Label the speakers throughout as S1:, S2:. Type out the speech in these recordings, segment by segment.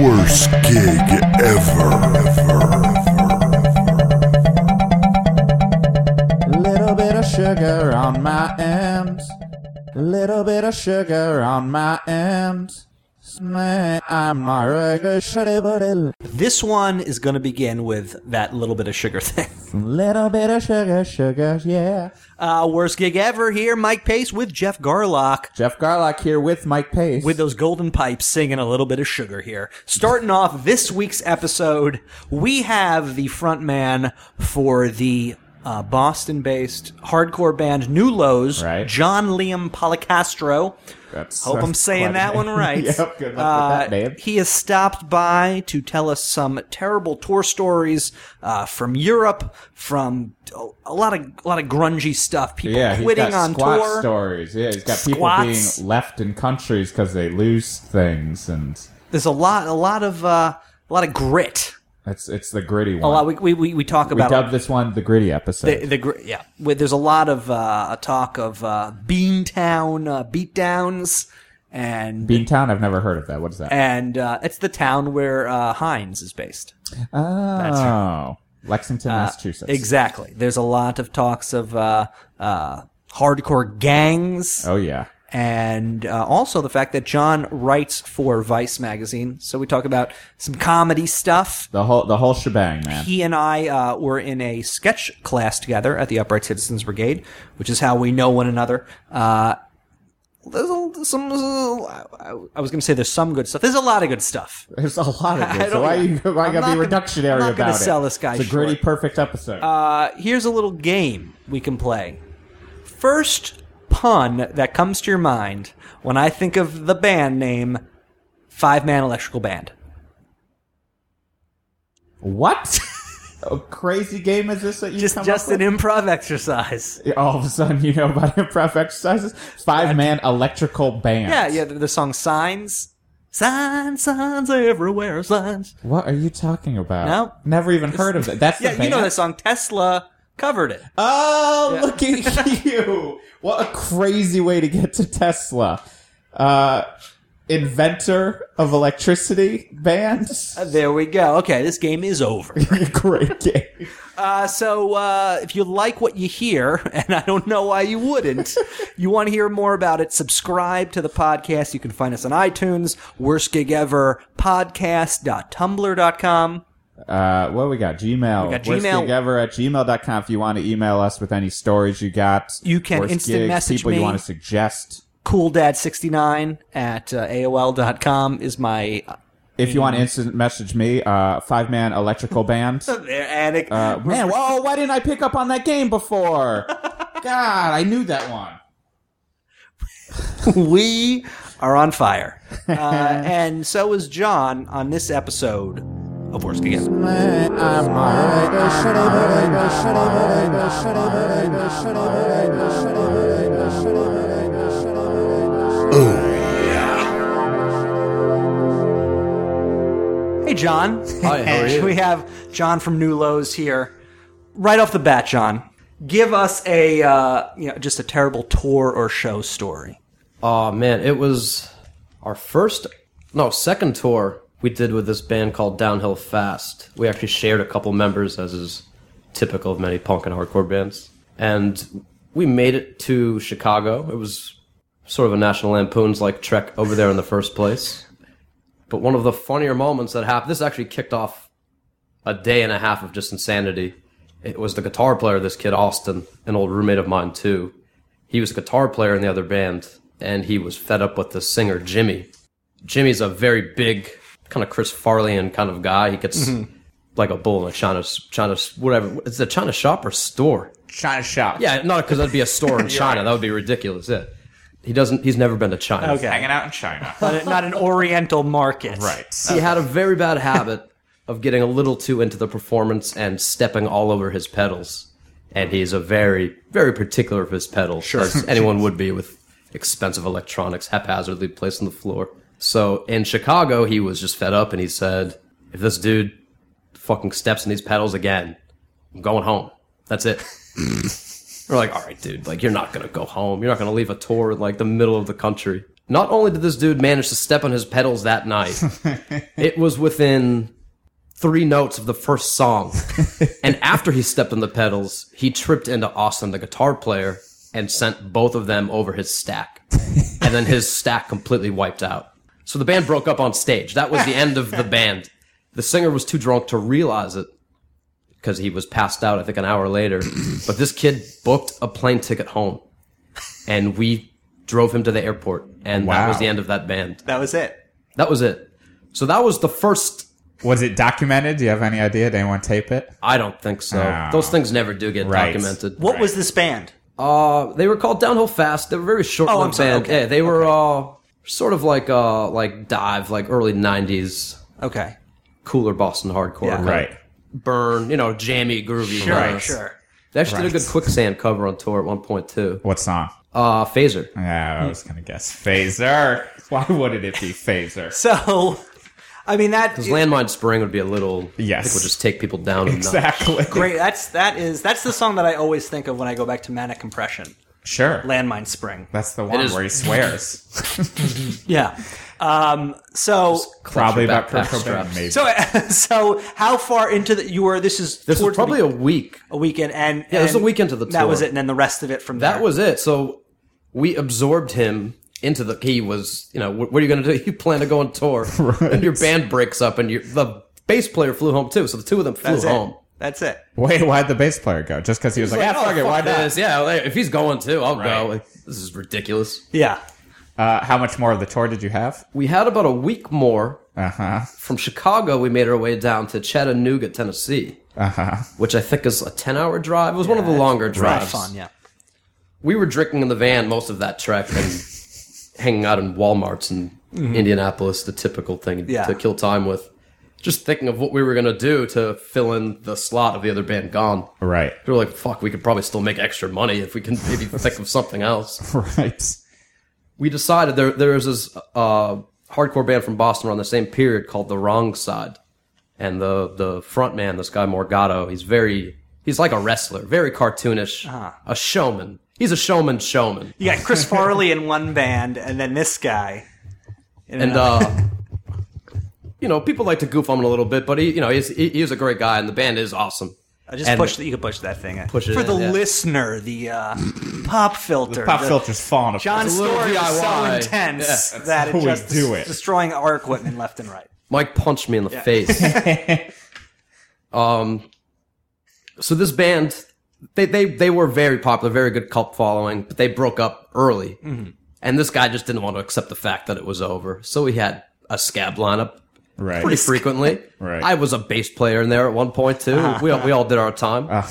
S1: Worst gig ever.
S2: Little bit of sugar on my M's. Little bit of sugar on my M's. Man, I'm a regular shitty booty.
S3: This one is going to begin with that little bit of sugar thing.
S2: Little bit of sugar, sugar, yeah.
S3: Uh, worst gig ever here, Mike Pace with Jeff Garlock
S2: Jeff Garlock here with Mike Pace.
S3: with those golden pipes singing a little bit of sugar here. Starting off this week's episode, we have the front man for the uh, Boston based hardcore band New Lows,
S2: Right.
S3: John Liam Policastro.
S2: That's-
S3: Hope I'm
S2: that's
S3: saying
S2: quite
S3: that
S2: a-
S3: one right.
S2: Yep, good luck with that,
S3: Uh,
S2: Dave.
S3: He has stopped by to tell us some terrible tour stories uh, from Europe, from a- a lot of a lot of grungy stuff. People
S4: Yeah,
S3: quitting
S4: he's got
S3: on
S4: squat
S3: tour.
S4: stories. Yeah, he's got people
S3: Squats.
S4: being left in countries because they lose things, and
S3: There's a lot a lot of uh, a lot of grit.
S4: it's it's the gritty one.
S3: A lot we we, we, we talk
S4: we
S3: about
S4: dubbed this one the gritty
S3: the,
S4: episode.
S3: the gr- yeah. Where there's a lot of uh, talk of uh, Beantown uh, beatdowns and
S4: Beantown, I've never heard of that. What is that?
S3: and uh, it's the town where uh, Heinz is based.
S4: oh,
S3: Uh,
S4: Lexington, Massachusetts.
S3: Exactly. There's a lot of talks of uh, uh, hardcore gangs.
S4: Oh yeah,
S3: and uh, also the fact that John writes for Vice magazine. So we talk about some comedy stuff.
S4: the whole the whole shebang, man.
S3: He and I uh, were in a sketch class together at the Upright Citizens Brigade, which is how we know one another. Uh, there's a- some. I was going to say there's some good stuff. There's a lot of good stuff.
S4: There's a lot of this.
S3: I don't-
S4: So why you why gotta
S3: I'm
S4: be
S3: not gonna-
S4: reductionary
S3: I'm not
S4: about
S3: gonna
S4: it?
S3: sell this guy
S4: It's a gritty,
S3: short.
S4: perfect episode.
S3: Uh, here's a little game we can play. First pun that comes to your mind when I think of the band name Five Man Electrical Band.
S4: what? a crazy game is this that you
S3: Just
S4: come
S3: just
S4: up
S3: an
S4: with?
S3: improv exercise.
S4: all of a sudden you know about improv exercises. Five man electrical band.
S3: Yeah, yeah, the, the song Signs. Signs, signs everywhere, signs.
S4: What are you talking about?
S3: No.
S4: never even heard of it. That's the
S3: Yeah, you
S4: band?
S3: know that song. Tesla covered it.
S4: Oh, look at you! What a crazy way to get to Tesla. Uh, inventor of electricity band.
S3: There we go. Okay, this game is over.
S4: Great game.
S3: Uh, so uh, if you like what you hear, and I don't know why you wouldn't, you want to hear more about it, subscribe to the podcast. You can find us on iTunes, worst gig ever, podcast.tumblr.com.
S4: Uh, what do we got? Gmail.
S3: We got
S4: Worst
S3: Gmail.
S4: gig ever at gmail.com if you want to email us with any stories you got.
S3: You can
S4: worst
S3: instant
S4: gigs,
S3: message
S4: people
S3: me.
S4: you want to suggest.
S3: Cooldad69 at uh, AOL.com is my. uh,
S4: If you want
S3: Mm.
S4: to instant message me, uh, five man electrical band.
S3: There, Attic.
S4: Uh, man, whoa, why didn't I pick up on that game before? God, I knew that one.
S3: we are on fire. Uh, and so is John on this episode of Worst Gig Ever.
S2: Man, I'm a regular shitty booty, shitty booty, shitty booty, shitty booty, shitty booty, shitty booty, shitty booty.
S3: Hey, John.
S5: Hi, how are you?
S3: we have John from New Lows here. Right off the bat, John, give us a uh, you know just a terrible tour or show story.
S5: Oh man, it was our first, no, second tour we did with this band called Downhill Fast. We actually shared a couple members, as is typical of many punk and hardcore bands. And we made it to Chicago. It was sort of a National Lampoon's like trek over there in the first place. But one of the funnier moments that happened, this actually kicked off a day and a half of just insanity. It was the guitar player, this kid Austin, an old roommate of mine too he was a guitar player in the other band, and he was fed up with the singer Jimmy. Jimmy's a very big, kind of Chris Farleyan kind of guy. He gets like a bull in a China, China, whatever. It's a China shop or store.
S4: China shop.
S5: Yeah, not because that'd be a store in China. That would be ridiculous. Yeah. He doesn't. He's never been to China.
S3: Okay,
S4: out in China.
S3: not, not an Oriental market,
S4: right.
S5: He had a very bad habit of getting a little too into the performance and stepping all over his pedals. And he's a very, very particular of his pedals, as anyone would be with expensive electronics haphazardly placed on the floor. So in Chicago, he was just fed up and he said, if this dude fucking steps in these pedals again, I'm going home. That's it. We're like, all right, dude, like, you're not going to go home. You're not going to leave a tour in, like, the middle of the country. Not only did this dude manage to step on his pedals that night, it was within three notes of the first song. and after he stepped on the pedals, he tripped into Austin, the guitar player, and sent both of them over his stack. and then his stack completely wiped out. So the band broke up on stage. That was the end of the band. The singer was too drunk to realize it because he was passed out, I think, an hour later. but this kid booked a plane ticket home, and we drove him to the airport, and that was
S4: Wow.
S5: the end of that band.
S3: That was it.
S5: That was it. So that was the first.
S4: Was it documented? Do you have any idea? Did anyone tape it?
S5: I don't think so.
S3: Ah.
S4: Oh.
S5: Those things never do get
S4: Right.
S5: documented.
S3: What was this band?
S5: Uh, they were called Downhill Fast. They were very short
S3: Oh, I'm
S5: lived
S3: sorry.
S5: band.
S3: Okay.
S5: Yeah, they were uh, sort of like uh, like dive, like early '90s
S3: Okay.
S5: cooler Boston hardcore,
S3: Yeah.
S5: kind of
S4: Right.
S5: burn, you know, jammy, groovy.
S3: Sure,
S5: kind of-
S3: sure.
S5: They actually did a
S4: Right.
S5: good quicksand cover on tour at one point too.
S4: What song?
S5: Uh, Phaser.
S4: Yeah, I was gonna guess Phaser. Why wouldn't it be Phaser?
S3: So, I mean that
S5: Because Landmine Spring would be a little. I
S4: Yes.
S5: think we'll just take people down. Exactly.
S4: Exactly.
S3: great. That's that is that's the song that I always think of when I go back to manic compression.
S4: Sure.
S3: Landmine Spring.
S4: That's the one
S5: is-
S4: where he swears.
S3: Yeah. Um, so
S4: Probably
S5: your
S4: about
S5: backpack
S4: Kurt Cobain.
S5: straps.
S4: Maybe.
S3: so so how far into the you were? This is
S5: This was
S3: towards the
S5: probably
S3: be-
S5: a week.
S3: a weekend and
S5: Yeah, this is
S3: and
S5: the weekend of the
S3: That
S5: tour.
S3: was it, and then the rest of it from
S5: That
S3: there.
S5: was it. So we absorbed him into the. He was, you know, what, what are you going to do? You plan to go on tour, and your band breaks up, and your the bass player flew home too. So the two of them flew
S3: That's it.
S5: home.
S3: That's it.
S4: Wait, why'd the bass player go? Just because he was like,
S5: Like,
S4: ah, fuck it, why not?
S5: this? Yeah, like, if he's going too, I'll go.
S4: Right.
S5: Like, this is ridiculous.
S3: Yeah.
S4: Uh, how much more of the tour did you have?
S5: We had about a week more
S4: Uh huh.
S5: from Chicago. We made our way down to Chattanooga, Tennessee,
S4: Uh huh.
S5: which I think is a ten-hour drive. It was one of the longer
S3: Pretty
S5: drives.
S3: fun. Yeah.
S5: we were drinking in the van most of that trek and hanging out in Walmarts in Indianapolis, the typical thing
S3: Yeah.
S5: to kill time with. Just thinking of what we were going to do to fill in the slot of the other band gone.
S4: Right.
S5: We were like, fuck, we could probably still make extra money if we can maybe think of something else.
S4: Right.
S5: We decided there, there was this uh, hardcore band from Boston around the same period called The Wrong Side. And the, the front man, this guy Morgado, he's very, he's like a wrestler, very cartoonish, a showman. He's a showman showman.
S3: You got Chris Farley in one band, and then this guy. in
S5: and
S3: another.
S5: uh, you know, people like to goof on him a little bit, but he, you know, he's he, he was a great guy, and the band is awesome.
S3: I just
S5: and-
S3: push that. You can push that thing. in.
S5: Push it
S3: for
S5: in,
S3: the
S5: yeah.
S3: listener. The uh, pop filter.
S4: Pop
S3: the-
S4: filter's falling apart.
S3: John's
S5: It's a little
S3: story is so
S5: DIY.
S3: intense that it
S4: how we
S3: just
S4: do it.
S3: destroying our equipment left and right.
S5: Mike punched me in the face. um, so this band, they they they were very popular, very good cult following, but they broke up early, and this guy just didn't want to accept the fact that it was over. So he had a scab lineup.
S4: Right.
S5: Pretty frequently.
S4: Right. Uh-huh.
S5: I was a bass player in there at one point too. We, all- we all did our time.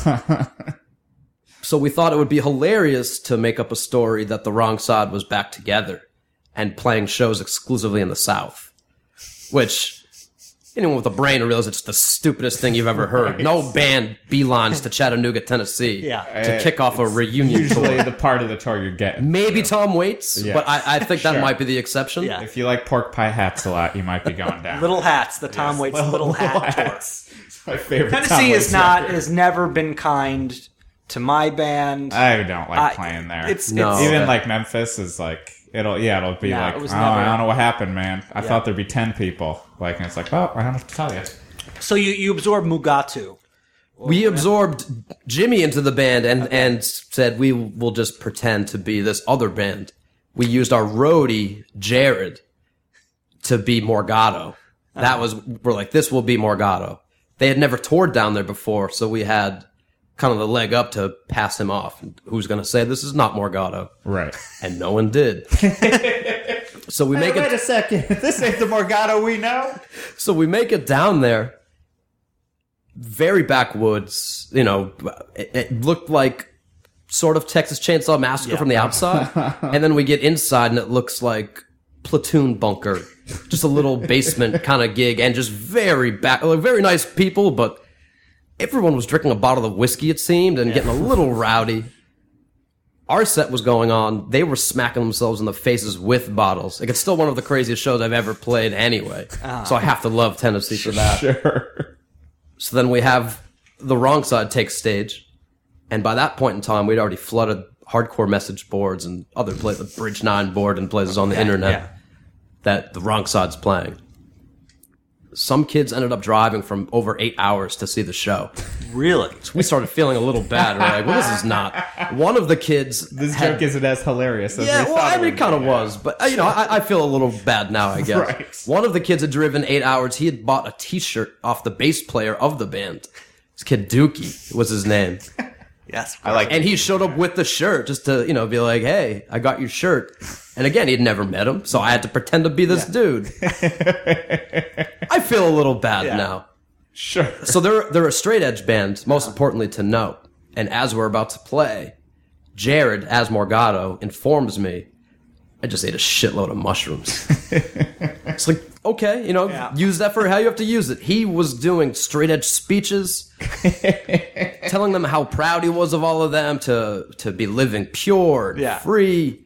S5: So we thought it would be hilarious to make up a story that the wrong side was back together and playing shows exclusively in the South, which anyone with a brain will realize it's the stupidest thing you've ever heard. No band beelines to Chattanooga, Tennessee,
S3: Yeah.
S5: to kick off a reunion
S4: Usually
S5: tour.
S4: the part of the tour you're getting.
S5: Maybe Tom Waits,
S4: Yeah.
S5: but I, I think that
S4: Sure.
S5: might be the exception.
S3: Yeah.
S4: If you like pork pie hats a lot, you might be going down.
S3: Little hats. The Tom Waits little, hat tour.
S4: hats. It's my favorite. Tom
S3: Tennessee
S4: Waits
S3: is not
S4: record.
S3: has never been kind to my band.
S4: I don't like
S3: I-
S4: playing there.
S3: It's,
S5: No.
S3: it's
S4: even
S5: Okay.
S4: like Memphis is like it'll yeah it'll be
S3: No,
S4: like
S3: it
S4: oh
S3: was
S4: I
S3: never-
S4: don't know what happened man I thought there'd be ten people like and it's like well I don't have to tell you
S3: so you you absorb Mugatu.
S5: we absorbed Jimmy into the band and and said we will just pretend to be this other band. We used our roadie Jared to be Morgado. That was we're like this will be Morgado. They had never toured down there before, so we had kind of the leg up to pass him off. Who's going to say this is not Morgado?
S4: right
S5: And no one did. so we make it.
S4: second this ain't the Morgado we know
S5: So we make it down there. Very backwoods, you know, it, it looked like sort of Texas Chainsaw Massacre from the outside. and then we get inside and it looks like platoon bunker just a little basement kind of gig, and just very back, like, very nice people, but everyone was drinking a bottle of whiskey, it seemed, and getting a little rowdy. Our set was going on; they were smacking themselves in the faces with bottles. Like it's still one of the craziest shows I've ever played, anyway. So I have to love Tennessee for that.
S4: Sure.
S5: So then we have the wrong side take stage. And by that point in time, we'd already flooded hardcore message boards and other places, the Bridge 9 board and places on the internet
S3: yeah.
S5: that the wrong side's playing. Some kids ended up driving from over eight hours to see the show.
S3: Really?
S5: We started feeling a little bad. We're like, well, this is not. One of the kids.
S4: This
S5: had-
S4: joke isn't as hilarious as
S5: yeah,
S4: we
S5: well,
S4: thought
S5: I
S4: it
S5: mean,
S4: would
S5: kind of
S4: be.
S5: was, but uh, you know, I, I feel a little bad now. I guess
S4: Right.
S5: one of the kids had driven eight hours. He had bought a T-shirt off the bass player of the band. This kid Dookie was his name,
S3: Yes.
S4: I like
S5: and he showed up with the shirt just to you know be like, "Hey, I got your shirt." And again, he'd never met him, so I had to pretend to be this dude. I feel a little bad now.
S4: Sure.
S5: So they're they're a straight edge band, most importantly to note. And as we're about to play, Jared as Morgado informs me, I just ate a shitload of mushrooms. it's like okay, you know,
S3: Yeah.
S5: use that for how you have to use it. He was doing straight edge speeches, telling them how proud he was of all of them to to be living pure and
S3: Yeah.
S5: free.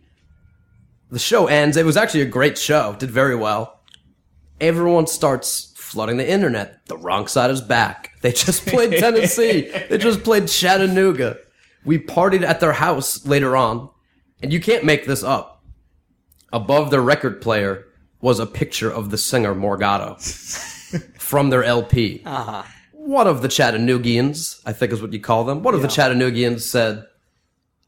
S5: The show ends. It was actually a great show. Did very well everyone starts flooding the internet. The wrong side is back. They just played Tennessee. they just played Chattanooga. We partied at their house later on, and you can't make this up. Above their record player was a picture of the singer Morgado from their LP.
S3: Uh-huh.
S5: One of the Chattanoogians, I think is what you call them, one of the Chattanoogians said,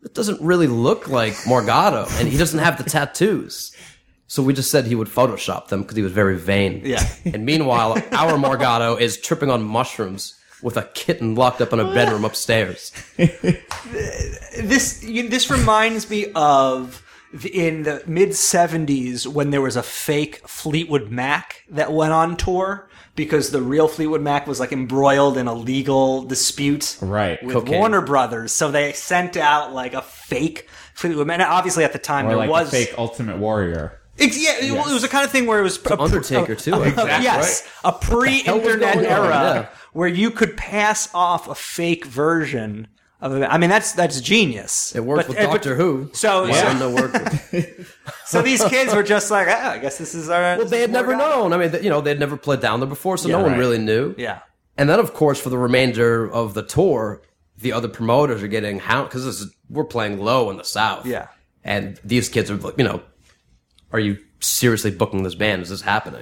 S5: It doesn't really look like Morgado, and he doesn't have the tattoos. So we just said he would Photoshop them because he was very vain.
S3: Yeah.
S5: And meanwhile, our Morgado is tripping on mushrooms with a kitten locked up in a bedroom upstairs.
S3: this you, this reminds me of the, in the mid 70s when there was a fake Fleetwood Mac that went on tour because the real Fleetwood Mac was like embroiled in a legal dispute
S4: Right.
S3: with
S5: Cocaine.
S3: Warner Brothers so they sent out like a fake Fleetwood Mac and obviously at the time
S4: Or
S3: there
S4: like
S3: was
S4: a fake Ultimate Warrior.
S3: Ex- yeah, it- well, it was the kind of thing where it was a pr-
S5: Undertaker, too, I think.
S3: yes, a
S5: hell was
S3: pre-internet
S5: going on?
S3: era
S5: Yeah.
S3: where you could pass off a fake version of it. I mean, that's that's genius.
S5: It worked with
S3: uh,
S5: Doctor Who.
S3: So,
S5: It
S3: so,
S5: started to work with-
S3: so these kids were just like, ah, I guess this is our.
S5: Well, they had never known. I mean, th- you know, they'd never played down there before, so no one
S4: right.
S5: really knew.
S3: Yeah,
S5: And then, of course, for the remainder of the tour, the other promoters are getting hound because this is, we're playing low in the South.
S3: Yeah.
S5: And these kids are like, you know, are you seriously booking this band? Is this happening?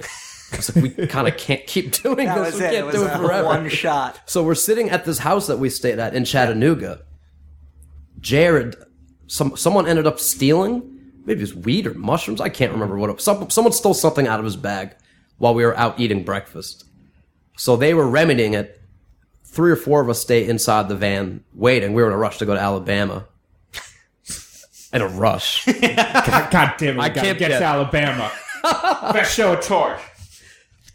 S5: It's like, we kind of can't keep doing
S3: that
S5: this.
S3: was
S5: we
S3: it. It
S5: can't
S3: was
S5: do it
S3: a
S5: forever.
S3: one shot.
S5: So we're sitting at this house that we stayed at in Chattanooga. Jared, some someone ended up stealing maybe it was weed or mushrooms. I can't remember what. It, some, someone stole something out of his bag while we were out eating breakfast. So they were remedying it. Three or four of us stay inside the van waiting. We were in a rush to go to Alabama. In a rush.
S4: God, God damn it. I
S5: can't
S4: can't get
S5: get-
S4: to Alabama. Best show of tour.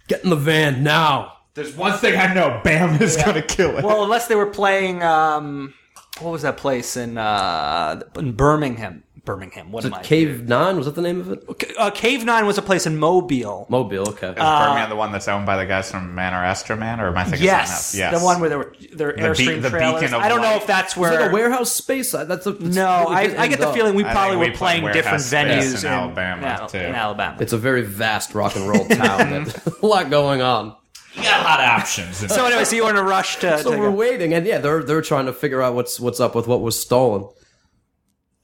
S5: Get in the van now.
S4: There's one thing I know. Bam is going to kill it.
S3: Well, unless they were playing, um, what was that place in uh, in Birmingham? Birmingham. What am I?
S5: Cave Nine was that the name of it?
S3: uh, Cave Nine was a place in Mobile.
S5: Mobile. Okay.
S3: Uh,
S4: the one that's owned by the guys from Man or Astro Man, or am I thinking
S3: Yes, the one where there were their airstream
S4: the
S3: trailers.
S4: beacon of
S3: I don't know
S4: light.
S3: if that's
S5: it's
S3: where.
S5: like a warehouse space. I- That's a, that's
S3: no,
S5: really good
S3: I, I get the
S5: end
S3: feeling we
S4: I
S3: probably
S4: think
S3: were
S4: we
S3: playing
S4: played
S3: different
S4: warehouse
S3: venues
S4: space in Alabama,
S3: Al-
S4: too.
S3: in Alabama.
S5: It's a very vast rock and roll town. There's a lot going on.
S4: You got a lot of options.
S3: so anyway, so you were in a rush to.
S5: So
S3: to
S5: we're
S3: go-
S5: waiting, and yeah, they're they're trying to figure out what's what's up with what was stolen.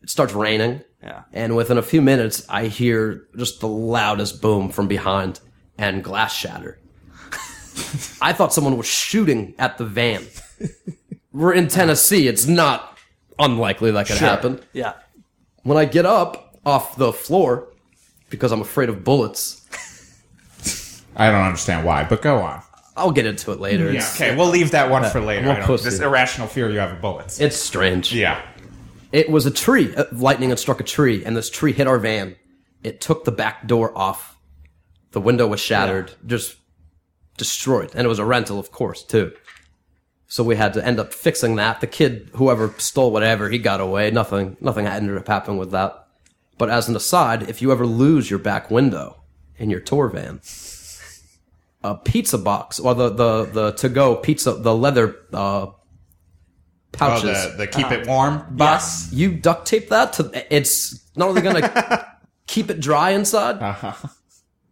S5: It starts raining,
S3: Yeah.
S5: and within a few minutes, I hear just the loudest boom from behind and glass shatter. I thought someone was shooting at the van. We're in Tennessee; it's not unlikely that could happen.
S3: yeah.
S5: When I get up off the floor, because I'm afraid of bullets.
S4: I don't understand why, but go on.
S5: I'll get into it later.
S4: Yeah,
S5: It's,
S4: okay, we'll leave that one for later.
S5: more
S4: I don't- This
S5: pussy.
S4: irrational fear you have of bullets.
S5: it's strange.
S4: yeah.
S5: It was a tree. Uh, Lightning had struck a tree, and this tree hit our van. It took the back door off. The window was shattered, just destroyed. And it was a rental, of course, too. So we had to end up fixing that. The kid, whoever stole whatever, he got away. Nothing, nothing ended up happening with that. But as an aside, if you ever lose your back window, in your tour van a pizza box or the the the to go pizza the leather uh,
S4: Oh,
S5: pouches.
S4: the, the keep it warm box.
S5: You duct tape that to it's not only gonna keep it dry inside.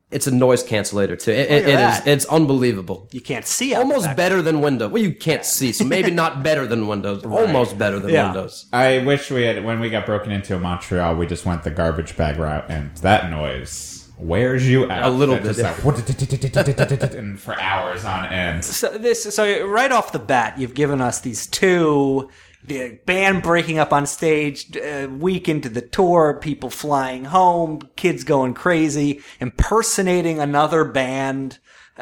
S5: It's a noise cancellator too. It,
S3: Uh-huh. Look
S5: it, it
S3: at
S5: is.
S3: that.
S5: It's unbelievable.
S3: You can't see out the
S5: Almost
S3: back.
S5: better than Windows. Well, you can't see, so maybe not better than Windows. Almost better than
S3: Yeah.
S5: Windows.
S4: I wish we had when we got broken into in Montreal, we just went the garbage bag route, and that noise wears you out
S5: A little
S4: It's
S5: bit.
S4: just like, and for hours on end.
S3: So this, so right off the bat, you've given us these two. The band breaking up on stage, uh, week into the tour, people flying home, kids going crazy, impersonating another band.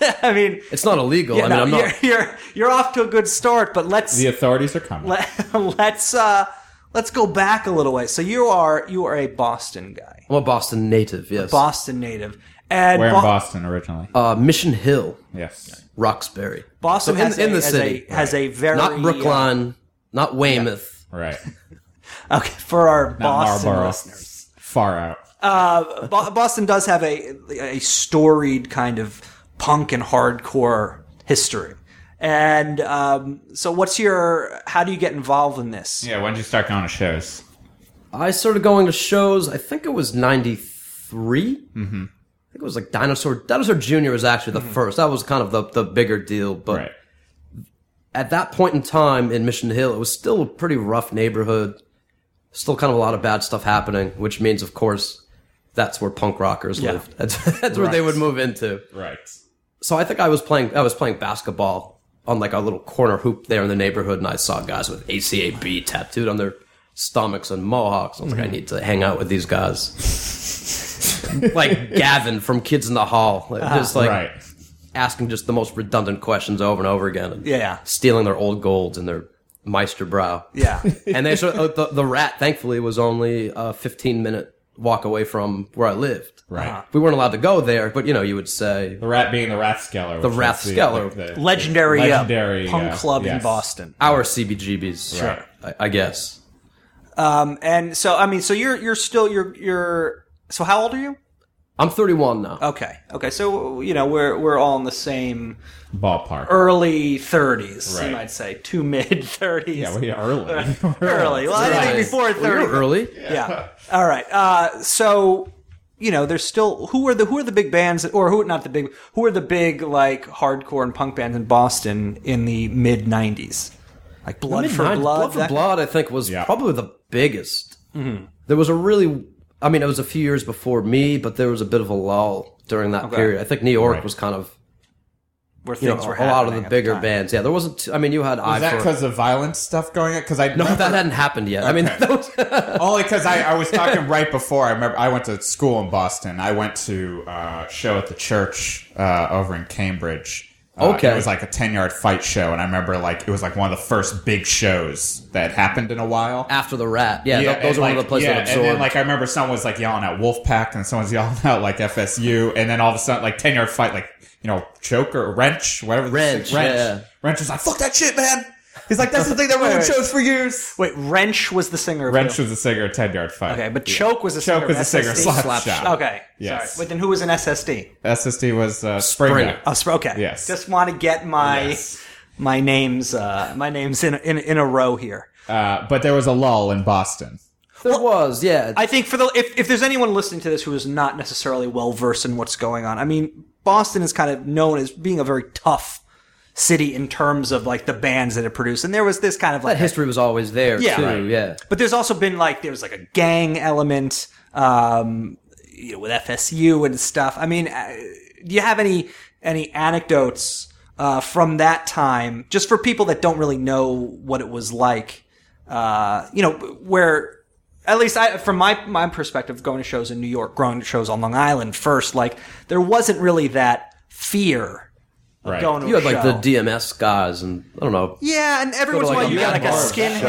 S3: I mean,
S5: It's not illegal. I
S3: you
S5: mean,
S3: know,
S5: I'm not.
S3: you're, you're you're off to a good start, but let's
S4: The authorities are coming.
S3: let, let's uh, let's go back a little way. So you are you are a Boston guy,
S5: I'm a Boston native. Yes.
S3: Boston native, and
S4: We're in
S3: Bo-
S4: Boston originally.
S5: uh, Mission Hill,
S4: yes.
S5: Roxbury.
S3: Boston
S5: So in,
S3: has
S5: in
S3: a,
S5: the
S3: has
S5: city,
S3: a, has a very
S5: not
S3: uh,
S5: Brookline, not Weymouth.
S4: Right.
S3: Okay, for our Boston
S4: Marlboro.
S3: listeners,
S4: Far out.
S3: uh, Bo- Boston does have a a storied kind of punk and hardcore history. And um, so, what's your? How do you get involved in this?
S4: Yeah, when did you start going to shows?
S5: I started going to shows. I think it was '93. Mm-hmm. I think it was like Dinosaur. Dinosaur Junior was actually the first. That was kind of the the bigger deal. But
S4: Right.
S5: at that point in time in Mission Hill, it was still a pretty rough neighborhood. Still, kind of a lot of bad stuff happening, which means, of course, that's where punk rockers
S3: Yeah.
S5: lived. That's, that's where they
S4: Right.
S5: would move into.
S4: Right.
S5: so I think I was playing I was playing basketball on like a little corner hoop there in the neighborhood, and I saw guys with ACAB tattooed on their stomachs and mohawks. I was like, I need to hang out with these guys. like Gavin from Kids in the Hall, like,
S3: Ah,
S5: just like
S4: right.
S5: asking just the most redundant questions over and over again, and
S3: Yeah.
S5: stealing their old golds and their Meisterbrow.
S3: Yeah.
S5: and they sort of, the, the rat thankfully was only a 15 minute walk away from where I lived.
S4: Right.
S5: We weren't allowed to go there, but you know, you would say
S4: The rat being the Rathskeller.
S5: The
S4: which was
S5: Rathskeller.
S4: like, the-
S3: Legendary, uh,
S4: Legendary,
S3: punk
S4: uh,
S3: club in
S4: yes.
S3: Boston.
S5: our CBGBs,
S4: Sure.
S5: I, I guess.
S3: Um, and so, I mean, so you're you're still you're you're. So, how old are you?
S5: I'm 31 now.
S3: Okay, okay. So you know we're we're all in the same
S4: ballpark.
S5: Er-
S3: early 30s.
S4: Right.
S3: You might say two mid 30s.
S4: yeah, we early.
S3: early. Well, anything
S5: Right.
S3: before 30.
S5: Well, you're early.
S3: yeah. All right. Uh, so you know, there's still who are the who are the big bands or who not the big who are the big like hardcore and punk bands in Boston in the mid 90s, like Blood for Blood.
S5: Blood for
S3: that-
S5: Blood, I think, was
S4: Yeah. Mm-hmm.
S5: probably the biggest. There was a really, I mean, it was a few years before me, but there was a bit of a lull during that period. I think New York
S4: Right.
S5: was kind of,
S3: Where
S5: you know,
S3: things were
S5: a lot of
S3: happening
S5: the
S3: at
S5: bigger
S3: time.
S5: bands. Yeah, there wasn't, t- I mean, you had Eye
S4: Is that
S5: for...
S4: because of violence stuff going on? Because I
S5: No, that hadn't happened yet. I mean, that was...
S4: Only because I, I was talking right before. I remember I went to school in Boston. I went to uh, a show at the church uh, over in Cambridge. Uh,
S5: Okay.
S4: it was like a ten yard fight show, and I remember like it was like one of the first big shows that happened in a while.
S5: After the Rat. Yeah, th- those
S4: and,
S5: are one
S4: like,
S5: of the places
S4: yeah,
S5: that absorbed.
S4: And then, like, I remember someone was like yelling out Wolfpack, and someone's yelling out like FSU, and then all of a sudden, like ten yard fight, like you know, choker, wrench, whatever. the-
S5: Wrench,
S4: wrench,
S5: yeah.
S4: wrench was like, "Fuck that shit, man." He's like, "That's the thing that ruined shows for years."
S3: Wait, Wrench was the singer. of
S4: Wrench
S3: who?
S4: was a singer, at ten yard fight.
S3: okay, but Choke was the singer.
S4: Choke
S3: of
S4: was a singer. Slap,
S3: SSD?
S5: Slap
S4: shot.
S3: Okay,
S4: Yes.
S3: sorry. But then who was in SSD?
S4: SSD was uh, Springer.
S5: Springer.
S3: Oh, Spr- okay.
S4: Yes.
S3: Just want to get my
S4: Yes.
S3: my names uh, my names in, in in a row here.
S4: Uh, but there was a lull in Boston.
S5: there was, yeah.
S3: I think for the if, if there's anyone listening to this who is not necessarily well versed in what's going on, I mean Boston is kind of known as being a very tough city in terms of like the bands that it produced, and there was this kind of like
S5: that history was always there,
S3: Yeah.
S5: too,
S3: Right.
S5: yeah.
S3: but there's also been like there was like a gang element, um, you know, with FSU and stuff. I mean, uh, do you have any any anecdotes uh, from that time, just for people that don't really know what it was like? Uh, you know, where at least I, from my my perspective, going to shows in New York, going to shows on Long Island first, like there wasn't really that fear of
S4: Right.
S3: going to
S5: You
S3: a
S5: had, like,
S3: show.
S5: the DMS guys, and I don't know,
S3: Yeah, and every
S5: Sort
S3: once
S5: of
S3: in a while
S5: like
S3: you
S5: a
S3: got like a
S5: bar
S3: skinhead.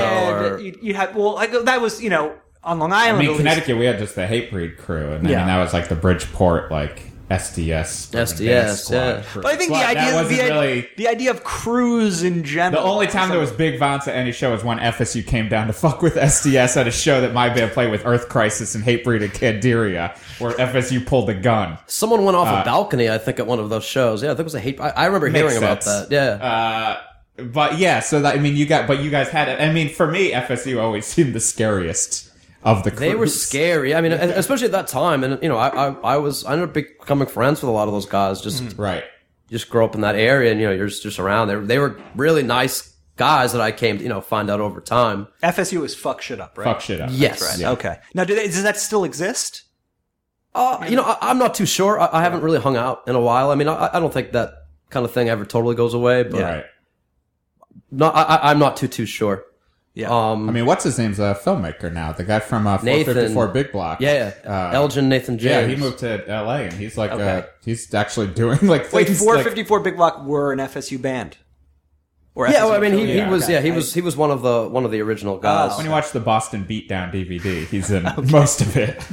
S5: show or-
S3: You, you had well, like that was you know on Long Island.
S4: I
S3: at
S4: mean,
S3: least.
S4: Connecticut, we had just the hate breed crew, and I
S3: Yeah.
S4: mean that was like the Bridgeport, like SDS. Urban Band
S5: SDS,
S4: Squad.
S5: yeah.
S3: But I think
S4: Squad,
S3: the idea,
S4: that wasn't
S3: the, i-
S4: really.
S3: the idea of crews in general.
S4: The only time there was big violence at any show was when FSU came down to fuck with SDS at a show that my band played with Earth Crisis and Hatebreed and Candiria, where FSU pulled a gun.
S5: Someone went off a balcony, I think, at one of those shows. Yeah, I think it was a hate. I, I remember
S4: Uh, Makes
S5: hearing about
S4: sense.
S5: that. Yeah.
S4: Uh, but yeah, so that I mean, you got, but you guys had. I mean, for me, FSU always seemed the scariest of the.
S5: They were
S4: crews.
S5: scary. I mean, especially at that time. And you know, I, I, I was I ended up becoming friends with a lot of those guys. Just
S4: right?
S5: just grow up in that area, and you know, you're just, just around. They were, they were really nice guys that I came to you know find out over time.
S3: FSU is fuck shit up, right?
S4: Fuck shit up.
S5: Yes.
S3: Right.
S4: Yeah.
S3: Okay. Now, do they, does that still exist?
S5: Uh, you know, I, I'm not too sure. I, I haven't really hung out in a while. I mean, I, I don't think that kind of thing ever totally goes away. But
S4: Right.
S5: not, I, I- I'm not too too sure.
S3: Yeah.
S5: Um,
S4: I mean, what's his name's a filmmaker now? The guy from uh,
S5: Nathan.
S4: 454 Big Block.
S5: yeah,
S4: Uh,
S5: Elgin Nathan
S4: Yeah,
S5: James.
S4: he moved to LA and he's like, uh,
S5: Okay.
S4: he's actually doing like
S3: Wait,
S4: things,
S3: 454 Big Block were an FSU band. Or
S5: Yeah, well, I
S3: FSU
S5: mean, he, he
S4: Yeah.
S5: was yeah he
S3: I-
S5: was he was one of the one of the original guys.
S4: Like, Ah, when you watch the Boston Beatdown DVD, he's in most of it.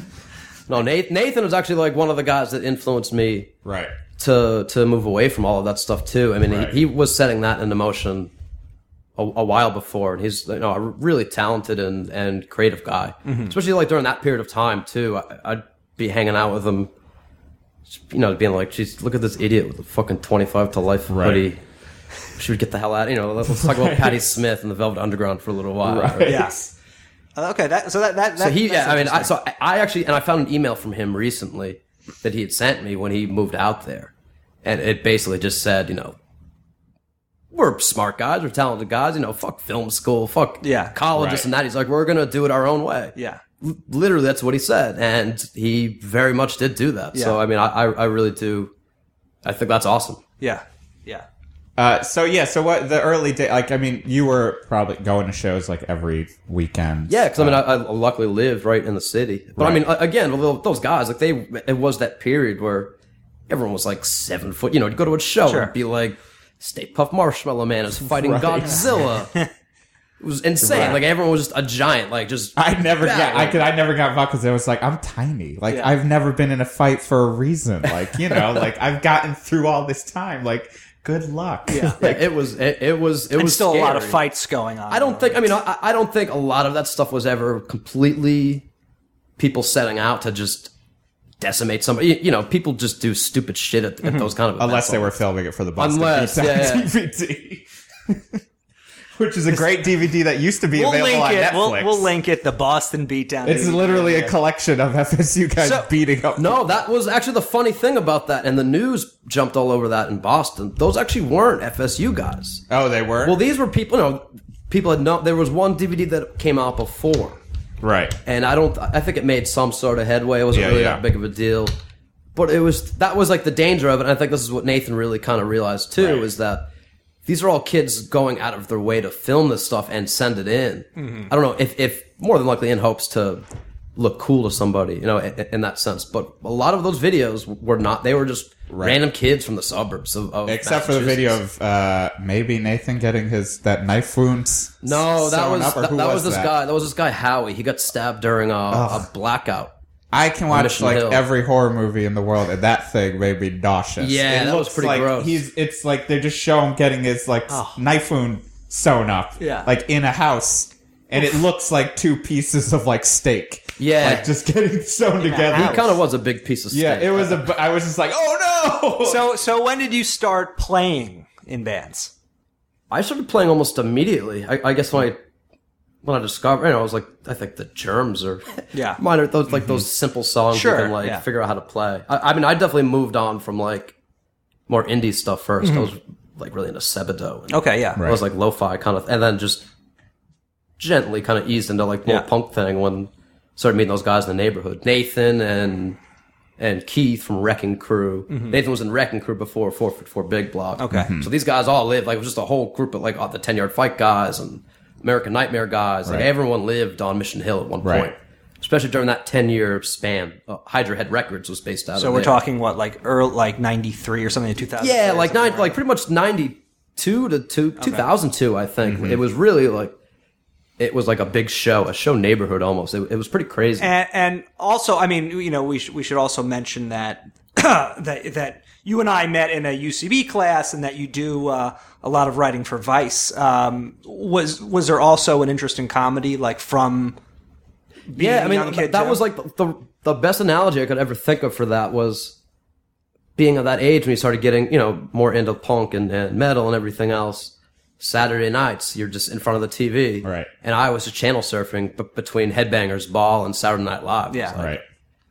S5: No, Nathan, Nathan was actually like one of the guys that influenced me
S4: right.
S5: to to move away from all of that stuff too. I mean,
S4: Right.
S5: he, he was setting that into motion a, a while before, and he's you know a really talented and and creative guy.
S4: Mm-hmm.
S5: Especially like during that period of time too, I, I'd be hanging out with him, you know, being like, "Geez, look at this idiot with a fucking twenty five to life
S4: Right.
S5: hoodie." Should we get the hell out? You know, let's, let's talk about Patty Smith and the Velvet Underground for a little while.
S4: Right.
S3: Yeah. Uh, Okay, that, so that, that,
S5: So
S3: that
S5: he,
S3: that's
S5: yeah, I mean, I,
S3: interesting.
S5: so I, I actually, and I found an email from him recently that he had sent me when he moved out there, and it basically just said, you know, we're smart guys, we're talented guys, you know, fuck film school, fuck
S3: Yeah,
S5: college,
S4: right.
S5: this and that. He's like, we're gonna do it our own way.
S3: yeah.
S5: L- literally, that's what he said, and he very much did do that. So
S3: Yeah.
S5: I mean, I, I, I really do, I think that's awesome.
S3: Yeah. Yeah.
S4: Uh, so yeah, so what the early day? Like, I mean, you were probably going to shows like every weekend.
S5: Yeah, because I mean, I, I luckily lived right in the city. But I mean, a- again, although those guys, like they, it was that period where everyone was like seven foot. You know, to go to a show
S3: Sure.
S5: and be like, Stay Puff Marshmallow Man is fighting
S4: Right.
S5: Godzilla. it was insane.
S4: Right.
S5: Like everyone was just a giant. Like just
S4: I never
S5: Yeah,
S4: got. I
S5: like-
S4: could. I never got involved because it was like I'm tiny. Like
S3: Yeah.
S4: I've never been in a fight for a reason. Like you know, like I've gotten through all this time. Like good luck. Yeah.
S5: like, it was. It, it was. It
S3: And
S5: was
S3: still a lot of
S5: scary.
S3: fights going on.
S5: I don't think. I mean, I, I don't think a lot of that stuff was ever completely people setting out to just decimate somebody. You, you know, people just do stupid shit at, at those kind of events
S4: Unless they
S5: all
S4: were filming it for the Boston
S5: Unless,
S4: Beatdown
S5: yeah, yeah.
S4: DVD, which is a great DVD that used to be
S3: We'll
S4: available
S3: link
S4: on
S3: it. We'll,
S4: Netflix.
S3: we'll link it. The Boston beatdown.
S4: It's literally a collection of FSU guys
S3: So-
S4: beating up.
S5: No, that was actually the funny thing about that, and the news jumped all over that in Boston. Those actually weren't FSU guys.
S4: Oh, they were.
S5: Well, these were people. You know, people had no. There was one DVD that came out before,
S4: right.
S5: and I don't. I think it made some sort of headway. It wasn't
S4: Yeah,
S5: really
S4: yeah.
S5: that big of a deal, but it was. That was like the danger of it. And I think this is what Nathan really kind of realized too
S4: Right.
S5: is that these are all kids going out of their way to film this stuff and send it in.
S4: Mm-hmm.
S5: I don't know if, if more than likely in hopes to look cool to somebody, you know, in, in that sense. But a lot of those videos were not. They were just random kids from the suburbs of, of
S4: Except for the video
S5: Massachusetts.
S4: of uh, maybe Nathan getting his that knife wound.
S5: No, that
S4: sewn
S5: was
S4: up, or
S5: that,
S4: who
S5: that was this
S4: that?
S5: guy. That was this guy Howie. He got stabbed during a, a blackout.
S4: I can watch
S5: Mission
S4: like
S5: Hill.
S4: every horror movie in the world, and that thing made me nauseous.
S5: Yeah,
S4: It
S5: that was
S4: looks
S5: pretty
S4: like
S5: gross. Ah.
S4: He's it's like they just show him getting his like knife wound sewn up,
S3: Yeah.
S4: like in a house, and it looks like two pieces of like steak,
S5: Yeah.
S4: like just getting sewn together.
S5: He kind of was a big piece of steak.
S4: yeah, it was a. bu- I was just like, oh no.
S3: So so when did you start playing in bands?
S5: I started playing almost immediately. I, I guess when I when I discovered, you know, I was like, I think the germs are
S3: Yeah.
S5: minor. Those like those simple songs
S3: Sure,
S5: you can like
S3: yeah.
S5: figure out how to play. I, I mean, I definitely moved on from like more indie stuff 1st I was like really into Sebado. And
S3: Okay, yeah.
S5: I was like lo-fi kind of, and then just gently kind of eased into like more
S3: Yeah.
S5: punk thing when started meeting those guys in the neighborhood, Nathan and and Keith from Wrecking Crew. Nathan was in Wrecking Crew before Four Foot Four Big Block.
S3: Mm-hmm. Okay. Mhm.
S5: so these guys all lived like it was just a whole group of like all the Ten Yard Fight guys and American Nightmare guys. Like
S4: Right.
S5: everyone lived on Mission Hill at one
S4: Right.
S5: point. Especially during that ten-year span, uh, Hydra Head Records was based out.
S3: So
S5: of
S3: we're
S5: there.
S3: talking what like early, like 93 or something 2000.
S5: Yeah, like nine, like pretty much ninety two to two, two thousand two. I think
S3: Mm-hmm.
S5: it was really like it was like a big show, a show neighborhood almost. It, it was pretty crazy.
S3: And, and also, I mean, you know, we should we should also mention that that that you and I met in a UCB class, and that you do uh, a lot of writing for Vice. Um, was was there also an interest in comedy, like from? Being
S5: yeah, I
S3: a
S5: mean
S3: young
S5: th-
S3: kid
S5: that
S3: too?
S5: was like the the best analogy I could ever think of for that was being at that age when you started getting you know more into punk and, and metal and everything else. Saturday nights, you're just in front of the TV,
S4: Right.
S5: And I was just channel surfing b- between Headbangers Ball and Saturday Night Live.
S3: Yeah.
S4: Right.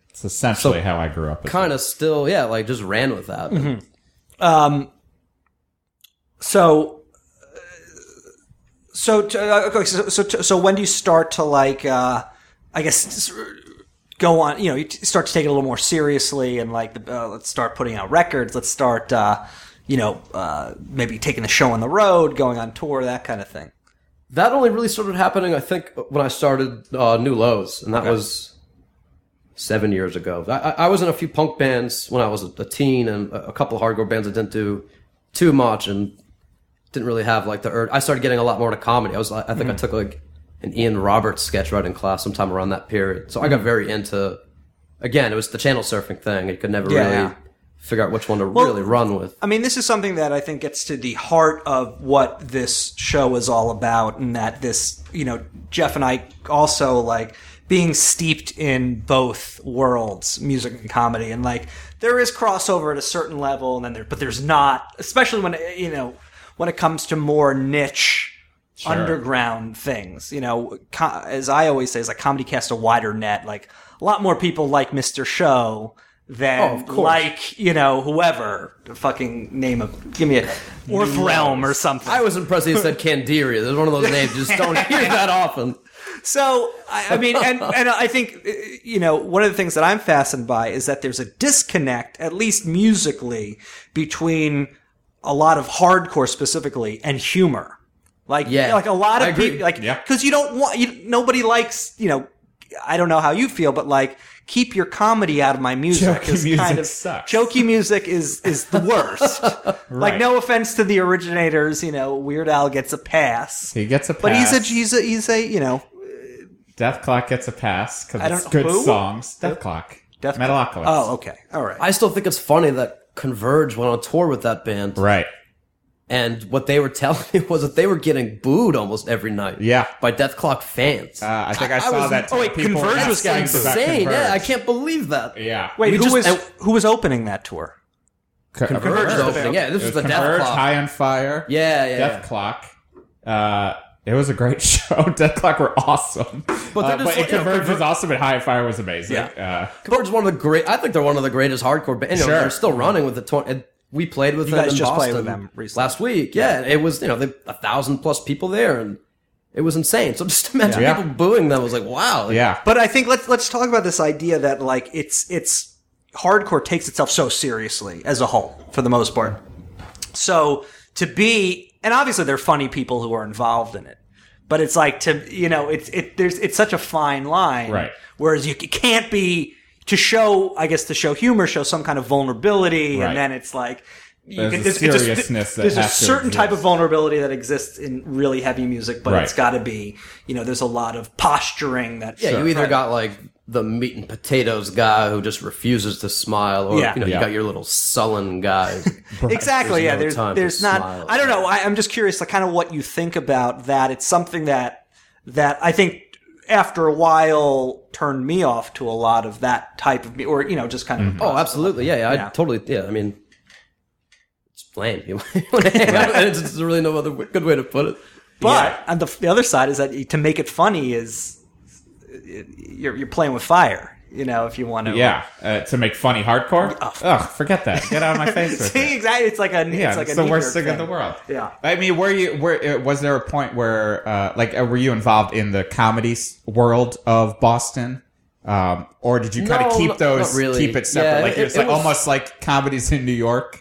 S4: It's essentially how I grew up. as
S5: kind of still, yeah, like just ran with that.
S3: so uh, so t- uh, okay, so so, t- so when do you start to like uh i guess s- go on you know you t- start to take it a little more seriously and like the, uh, let's start putting out records let's start uh you know uh maybe taking the show on the road going on tour that kind of thing
S5: that only really started happening, I think, when I started uh, New Lows, and that was seven years ago. I, I I was in a few punk bands when I was a teen, and a a couple hardcore bands that didn't do too much and didn't really have like the urge. I started getting a lot more into comedy. I was, I think,
S3: Mm-hmm.
S5: I took like an Ian Roberts sketch writing class sometime around that period. So I
S3: Mm-hmm.
S5: got very into. Again, it was the channel surfing thing. You could never
S3: Yeah,
S5: really
S3: yeah.
S5: figure out which one to really run with.
S3: I mean, this is something that I think gets to the heart of what this show is all about, and that this, you know, Jeff and I also like being steeped in both worlds, music and comedy, and like there is crossover at a certain level, and then there, but there's not, especially when it- you know when it comes to more niche underground things. You know, co- as I always say, is like comedy cast a wider net. Like a lot more people like Mr. Show
S5: Oh,
S3: than
S5: of course.
S3: like you know whoever. The fucking name of give me a Orth Realm or something.
S5: I was impressed. He said Candiria. There's one of those names you just don't hear that often.
S3: So I, I mean, and and I think uh, you know one of the things that I'm fascinated by is that there's a disconnect, at least musically, between a lot of hardcore specifically and humor. Like
S5: Yeah,
S3: like a lot
S5: I
S3: of
S5: agree.
S3: people like
S4: Yeah.
S3: because you don't want you, nobody likes you know I don't know how you feel, but like keep your comedy out of my music.
S4: Jokey
S3: is
S4: music
S3: kind of
S4: sucks.
S3: jokey music is is the worst. Like
S4: Right.
S3: no offense to the originators, you know Weird Al gets a pass.
S4: He gets a pass.
S3: But he's a he's a he's a you know
S4: Death Clock gets a pass
S3: I
S4: because
S3: don't-
S4: it's good
S3: who?
S4: songs. Death Clock.
S3: Death
S4: Metalocalypse.
S3: oh okay all right
S5: I still think it's funny that Converge went on tour with that band,
S4: Right.
S5: and what they were telling me was that they were getting booed almost every night.
S4: Yeah.
S5: by Death Clock fans.
S4: Uh, I think I, saw
S5: was-
S4: that.
S3: oh, wait,
S4: people were
S3: Converge was
S4: asking
S3: getting
S4: about
S5: Insane. Yeah, I
S4: Converge.
S5: can't believe that.
S4: Yeah.
S3: wait
S5: we
S3: who
S5: just-
S3: was
S5: and-
S3: who was opening that tour
S4: Co-
S5: Converge
S3: Converge
S5: opening. Yeah, this
S4: It
S5: was,
S4: was
S5: the Death
S4: Converge,
S5: Clock.
S4: High on Fire.
S5: yeah, yeah.
S4: Death Clock. Uh, it was a great show. Death Clock were awesome.
S5: they're
S4: Uh,
S5: just
S4: but
S5: like- yeah,
S4: Converge was
S5: Conver-
S4: awesome, and High on Fire was amazing. Uh,
S5: yeah. Converge is one of the great. I think they're one of the greatest hardcore bands. You know,
S4: Sure.
S5: They're still running with the. Tw- and we played with
S3: You
S5: them
S3: guys
S5: in
S3: just played
S5: Boston
S3: with them recently.
S5: last week. Yeah, it was you know they, a thousand plus people there, and it was insane. So just imagine
S4: Yeah.
S5: people booing them. I was like, wow. like,
S4: yeah.
S3: but I think let's let's talk about this idea that like it's it's hardcore takes itself so seriously as a whole for the most part so to be and obviously they're funny people who are involved in it but it's like to you know it's it there's it's such a fine line
S4: Right.
S3: whereas you c- can't be to show i guess to show humor show some kind of vulnerability
S4: Right.
S3: and then it's like you
S4: There's
S3: can-
S4: a
S3: it's a-
S4: seriousness that
S3: there's a
S4: has to
S3: certain type
S4: exist.
S3: of vulnerability that exists in really heavy music but
S4: Right.
S3: it's got to be you know there's a lot of posturing that
S5: Yeah, you either got like the meat and potatoes guy who just refuses to smile, or
S3: Yeah.
S5: you know,
S4: Yeah.
S5: you got your little sullen guy.
S3: exactly
S5: There's
S3: yeah
S5: no
S3: there's,
S5: time to
S3: there's not
S5: smile.
S3: i don't know I, i'm just curious like kind of what you think about that it's something that that i think after a while turned me off to a lot of that type of me or you know just kind of
S4: Mm-hmm.
S5: oh, absolutely. Yeah, yeah, I
S3: Yeah.
S5: totally. Yeah, I mean, it's plain. You wanna hang out, and it's just really no other w- good way to put it.
S3: but on the, the other side is that you- to make it funny is you're, you're playing with fire you know if you want to
S4: Yeah, uh, to make funny hardcore. Ugh, forget that. Get out of my face. With
S3: See,
S4: it.
S3: exactly. It's like a,
S4: Yeah, it's,
S3: it's like a
S4: the worst
S3: knee-jerk
S4: thing in the world.
S3: Yeah.
S4: I mean, were you? Were uh, was there a point where, uh, like, uh, were you involved in the comedy s- world of Boston, um, or did you kind
S5: No,
S4: of
S5: not-
S4: keep those,
S5: not really.
S4: keep it separate?
S5: Yeah,
S4: like,
S5: it-
S4: it's
S5: it
S4: like
S5: was-
S4: almost like comedies in New York.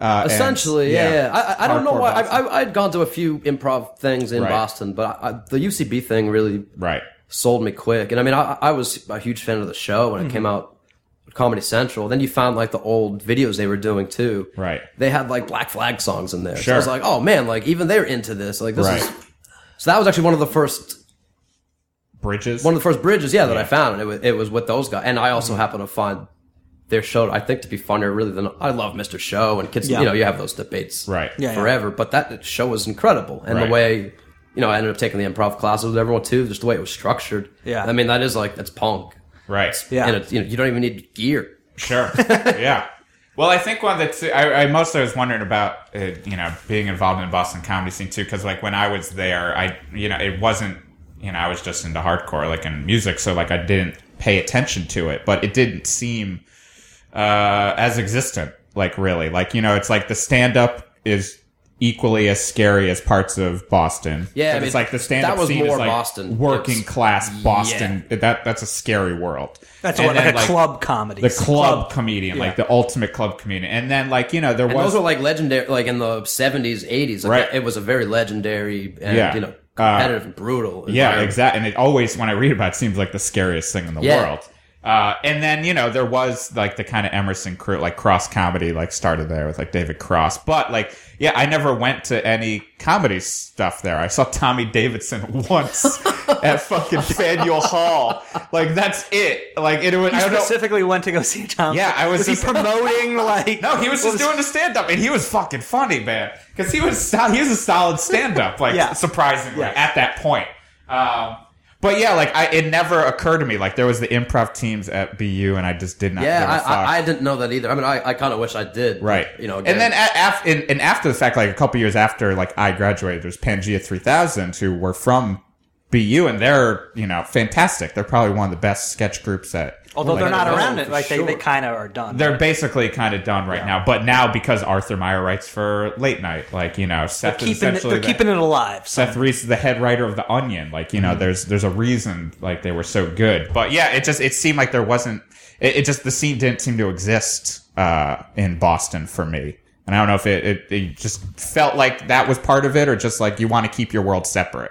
S4: Uh, and-
S5: Essentially, yeah, yeah. I, I- I don't know
S4: Hardcore
S5: why. I,
S4: Boston.
S5: I, I'd gone to a few improv things in
S4: Right.
S5: Boston, but I, I, the UCB thing really
S4: right.
S5: sold me quick. And I mean, I, I was a huge fan of the show when it
S4: Mm-hmm.
S5: came out at Comedy Central. Then you found like the old videos they were doing too.
S4: Right.
S5: They had like Black Flag songs in there. So I
S4: Sure.
S5: was like, oh man, like even they're into this. Like this is.
S4: Right.
S5: So that was actually one of the first
S4: Bridges. Mm-hmm.
S5: one of the first bridges, yeah, that I found. It was, it was with those guys, and I also happened to find their show, I think, to be funnier really than I love Mr. Show and kids.
S3: Yeah.
S5: You know, you have those debates
S4: Right.
S3: Yeah, yeah.
S5: forever. But that show was incredible, and
S4: Right.
S5: the way you know I ended up taking the improv classes with everyone too, just the way it was structured.
S3: Yeah.
S5: I mean that is like that's punk.
S4: Right.
S3: Yeah.
S5: and it's you know you don't even need gear.
S4: Sure. yeah. Well, I think one that's I, I mostly was wondering about uh, you know being involved in the Boston comedy scene too because like when I was there, I you know it wasn't you know I was just into hardcore like and music, so like I didn't pay attention to it, but it didn't seem uh, as existent. Like really, like you know, it's like the stand up is equally as scary as parts of Boston.
S5: Yeah,
S4: But
S5: I mean,
S4: it's like the stand up
S5: that was
S4: scene is,
S5: more
S4: like,
S5: Boston.
S4: working
S5: It's-
S4: class Boston. That that's a scary world.
S3: That's
S4: And
S3: what, like
S4: then,
S3: a club comedy.
S4: the club, comedian, like the ultimate club comedian. And then like you know there
S5: And
S4: was
S5: those were like legendary, like in the seventies, eighties. Like
S4: Right.
S5: It was a very legendary and
S4: Yeah.
S5: you know
S4: Uh,
S5: competitive, and brutal.
S4: yeah
S5: environment.
S4: exactly. And it always when I read about it, it seems like the scariest thing in the
S5: Yeah.
S4: world. Uh, and then you know there was like the kind of Emerson crew, like cross comedy, like started there with like David Cross. But like yeah, I never went to any comedy stuff there. I saw Tommy Davidson once at fucking Faneuil Hall. Like that's it. Like it was.
S3: You
S4: I don't know.
S3: specifically went to go see Tom.
S4: Yeah, I was
S3: he
S4: just-
S3: promoting like?
S4: No, he was just
S3: what
S4: doing the stand up, and he was fucking funny, man. Because he was sol- he was a solid stand up, like
S3: Yeah.
S4: surprisingly
S3: Yeah.
S4: at that point. Um, but yeah, like I, it never occurred to me. Like there was the improv teams at BU, and I just did not.
S5: Yeah,
S4: give a fuck.
S5: I, I, I didn't know that either. I mean, I, I kind of wish I did.
S4: right.
S5: You know,
S4: and then a af- and, and after the fact, like a couple years after, like I graduated, there's Pangea 3000 who were from BU, and they're you know fantastic. They're probably one of the best sketch groups at
S3: Although they're not
S5: God,
S3: around
S5: for
S3: it, like
S5: sure.
S3: they, they kind of are done.
S4: they're basically kind of done right now. But now because Arthur Meyer writes for late night, like you know, Seth is
S3: keeping it,
S4: essentially
S3: they're
S4: the-
S3: keeping it Mm-hmm. alive. So
S4: Seth Reese is the head writer of The Onion. Like you know, there's there's a reason like they were so good. But yeah, it just it seemed like there wasn't. It, it just the scene didn't seem to exist uh, in Boston for me. And I don't know if it, it it just felt like that was part of it, or just like you want to keep your world separate.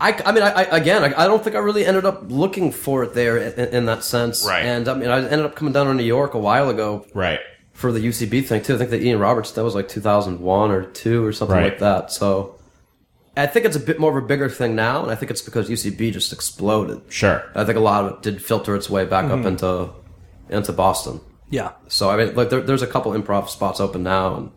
S5: I, I mean, I, I again, I, I don't think I really ended up looking for it there in, in that sense.
S4: Right.
S5: And I mean, I ended up coming down to New York a while ago
S4: Right.
S5: for the UCB thing too. I think that Ian Roberts that was like 2001 or two or something
S4: Right.
S5: like that. So I think it's a bit more of a bigger thing now, and I think it's because UCB just exploded.
S4: Sure. Mm-hmm.
S5: I think a lot of it did filter its way back up into into Boston.
S3: yeah,
S5: So I mean, like there, there's a couple improv spots open now, and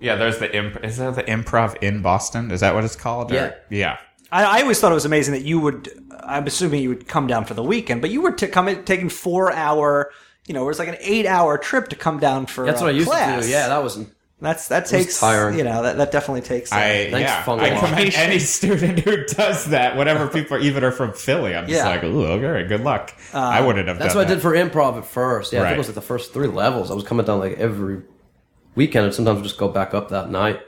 S4: Yeah. There's the imp- is there the improv in Boston? Is that what it's called? Or-
S5: Yeah.
S4: Yeah.
S3: I, I always thought it was amazing that you would. I'm assuming you would come down for the weekend, but you were to come in, taking four hour. You know, it was like an eight hour trip to come down for.
S5: that's
S3: uh,
S5: what I used
S3: class.
S5: to do. Yeah, that was
S3: that's that takes.
S5: tiring.
S3: You know, that, that definitely takes. uh,
S4: I
S5: Thanks,
S4: yeah,
S5: Fungal.
S4: I commend any student who does that. Whatever people, even are from Philly, I'm just
S3: Yeah.
S4: like, ooh, okay, good luck. I wouldn't have.
S5: That's
S4: done
S5: what I
S4: that.
S5: did for improv at first. Yeah, I think
S4: Right.
S5: it was like the first three levels. I was coming down like every weekend, and sometimes just go back up that night.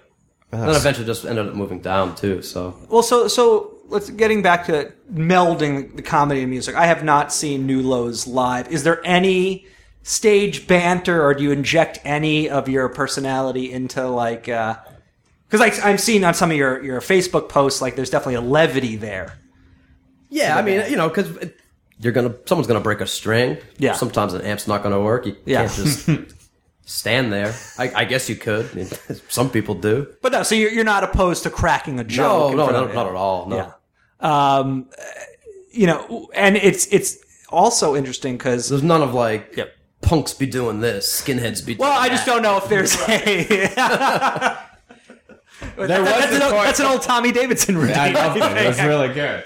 S5: And then eventually just ended up moving down too. So
S3: Well, so so let's getting back to melding the comedy and music. I have not seen New Lows live. Is there any stage banter, or do you inject any of your personality into like? Because I I'm seeing on some of your your Facebook posts like there's definitely a levity there.
S5: yeah, I mean, you know, because you're gonna someone's gonna break a string.
S3: Yeah.
S5: Sometimes an amp's not gonna work. You
S3: Yeah.
S5: can't just stand there. I, I guess you could. I mean, Some people do.
S3: But no, so you're you're not opposed to cracking a
S5: No,
S3: joke. in
S5: no,
S3: front
S5: no,
S3: of it.
S5: not at all. No.
S3: Yeah. Um, uh, you know, and it's it's also interesting because
S5: There's none of like
S3: Yep.
S5: punks be doing this, skinheads be.
S3: Well,
S5: doing
S3: I just
S5: that.
S3: don't know if there's a. That-
S4: was
S3: that's,
S4: a
S3: an old,
S4: point-
S3: that's an old Tommy Davidson routine.
S4: I loved it. It was
S3: think.
S4: really good.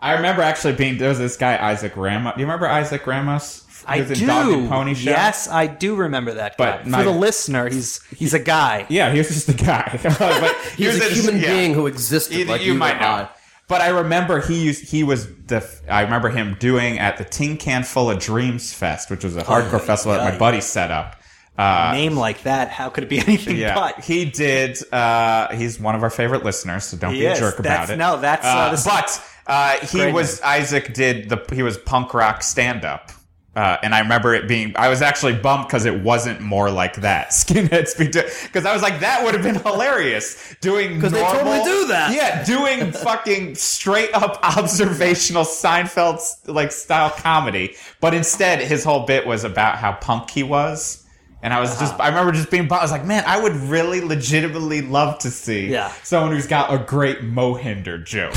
S4: I remember actually being there was this guy Isaac Ramos. Do you remember Isaac Ramos?
S3: I
S4: He was in Dog and Pony
S3: do.
S4: Show.
S3: Yes, I do remember that.
S4: But
S3: guy.
S4: my-
S3: for the listener, he's he's a guy.
S4: Yeah, he was just the guy. but he
S5: He's
S4: was
S5: a
S4: in-
S5: human
S4: yeah.
S5: being who existed.
S4: Either
S5: like
S4: you,
S5: or
S4: might
S5: I.
S4: not. But I remember he used he was the I remember him doing at the Tin Can Full of Dreams Fest, which was a hardcore festival that my buddy set up. Uh,
S3: Name like that, how could it be anything
S4: Yeah,
S3: but?
S4: he did. Uh, he's one of our favorite listeners, so don't
S3: He
S4: be a
S3: is.
S4: jerk about
S3: That's-
S4: it.
S3: no, that's, uh, this is-
S4: but uh, he
S3: Great
S4: was Isaac. Did the he was punk rock stand up. Uh, and I remember it being, I was actually bummed because it wasn't more like that. Skinheads be because I was like, that would have been hilarious doing because
S5: they totally do that.
S4: Yeah, doing fucking straight up observational Seinfeld like style comedy. But instead, his whole bit was about how punk he was And I was
S3: Uh-huh.
S4: just, I remember just being, bummed. I was like, man, I would really legitimately love to see
S3: Yeah.
S4: someone who's got a great Mohinder joke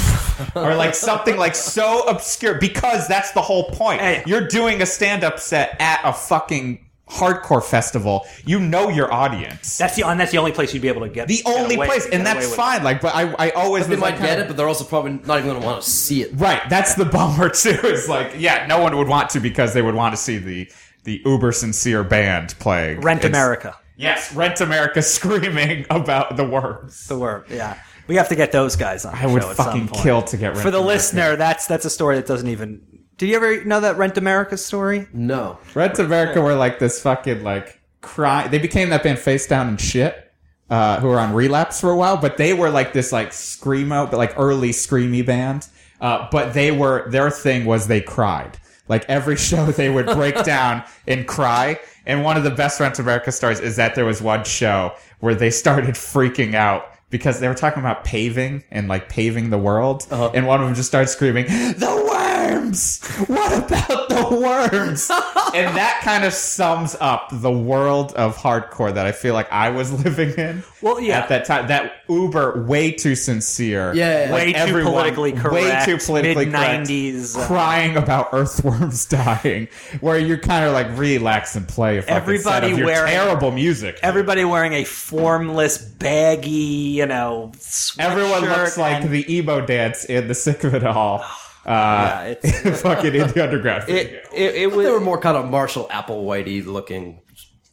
S4: or like something like so obscure because that's the whole point.
S3: Yeah, yeah.
S4: You're doing a stand up set at a fucking hardcore festival. You know your audience.
S3: That's the and that's the only place you'd be able to get
S4: the
S3: get
S4: only
S3: away-
S4: place,
S3: get
S4: and
S3: away
S4: that's
S3: with
S4: fine. Like, but I, I always
S5: They
S4: was like
S5: might
S4: kind
S5: get
S4: of-
S5: it, but they're also probably not even going to want to see it.
S4: Right, that's the bummer too. Is like, yeah, no one would want to because they would want to see the the uber sincere band playing
S3: It. Rent
S4: It's-
S3: America,
S4: Yes, Rent America screaming about the worms.
S3: the word. Yeah, we have to get those guys on.
S4: I would
S3: show at some
S4: fucking
S3: point.
S4: kill to get Rent
S3: For the
S4: America.
S3: listener, that's that's a story that doesn't even. Did you ever know that Rent America story?
S5: No.
S4: Rent America were like this fucking like cry. They became that band Face Down and Shit. Uh, who were on relapse for a while, but they were like this like screamo, but like early screamy band. Uh, but they were their thing was they cried. Like every show, they would break down and cry. And one of the best Rent America stories is that there was one show where they started freaking out because they were talking about paving and like paving the world, and one of them just started screaming, "The worms! What about the worms?" and that kind of sums up the world of hardcore that I feel like I was living in.
S3: Well, yeah.
S4: at that time, that Uber way too sincere,
S5: Yeah, yeah,
S4: Like,
S3: Way too
S4: everyone-
S3: politically correct,
S4: way too politically
S3: mid-nineties, uh,
S4: correct, crying about earthworms dying, where you're kind of like relax and play. A fucking set
S3: Everybody
S4: of your
S3: wearing-
S4: terrible music. dude.
S3: Everybody wearing a formless, baggy, you know.
S4: Everyone
S3: sweatshirt
S4: looks like
S3: and-
S4: the emo dance in the sick of it all. Uh,
S3: it's-
S4: fucking in the underground.
S5: It, it, was, they were more kind of Marshall Applewhite looking,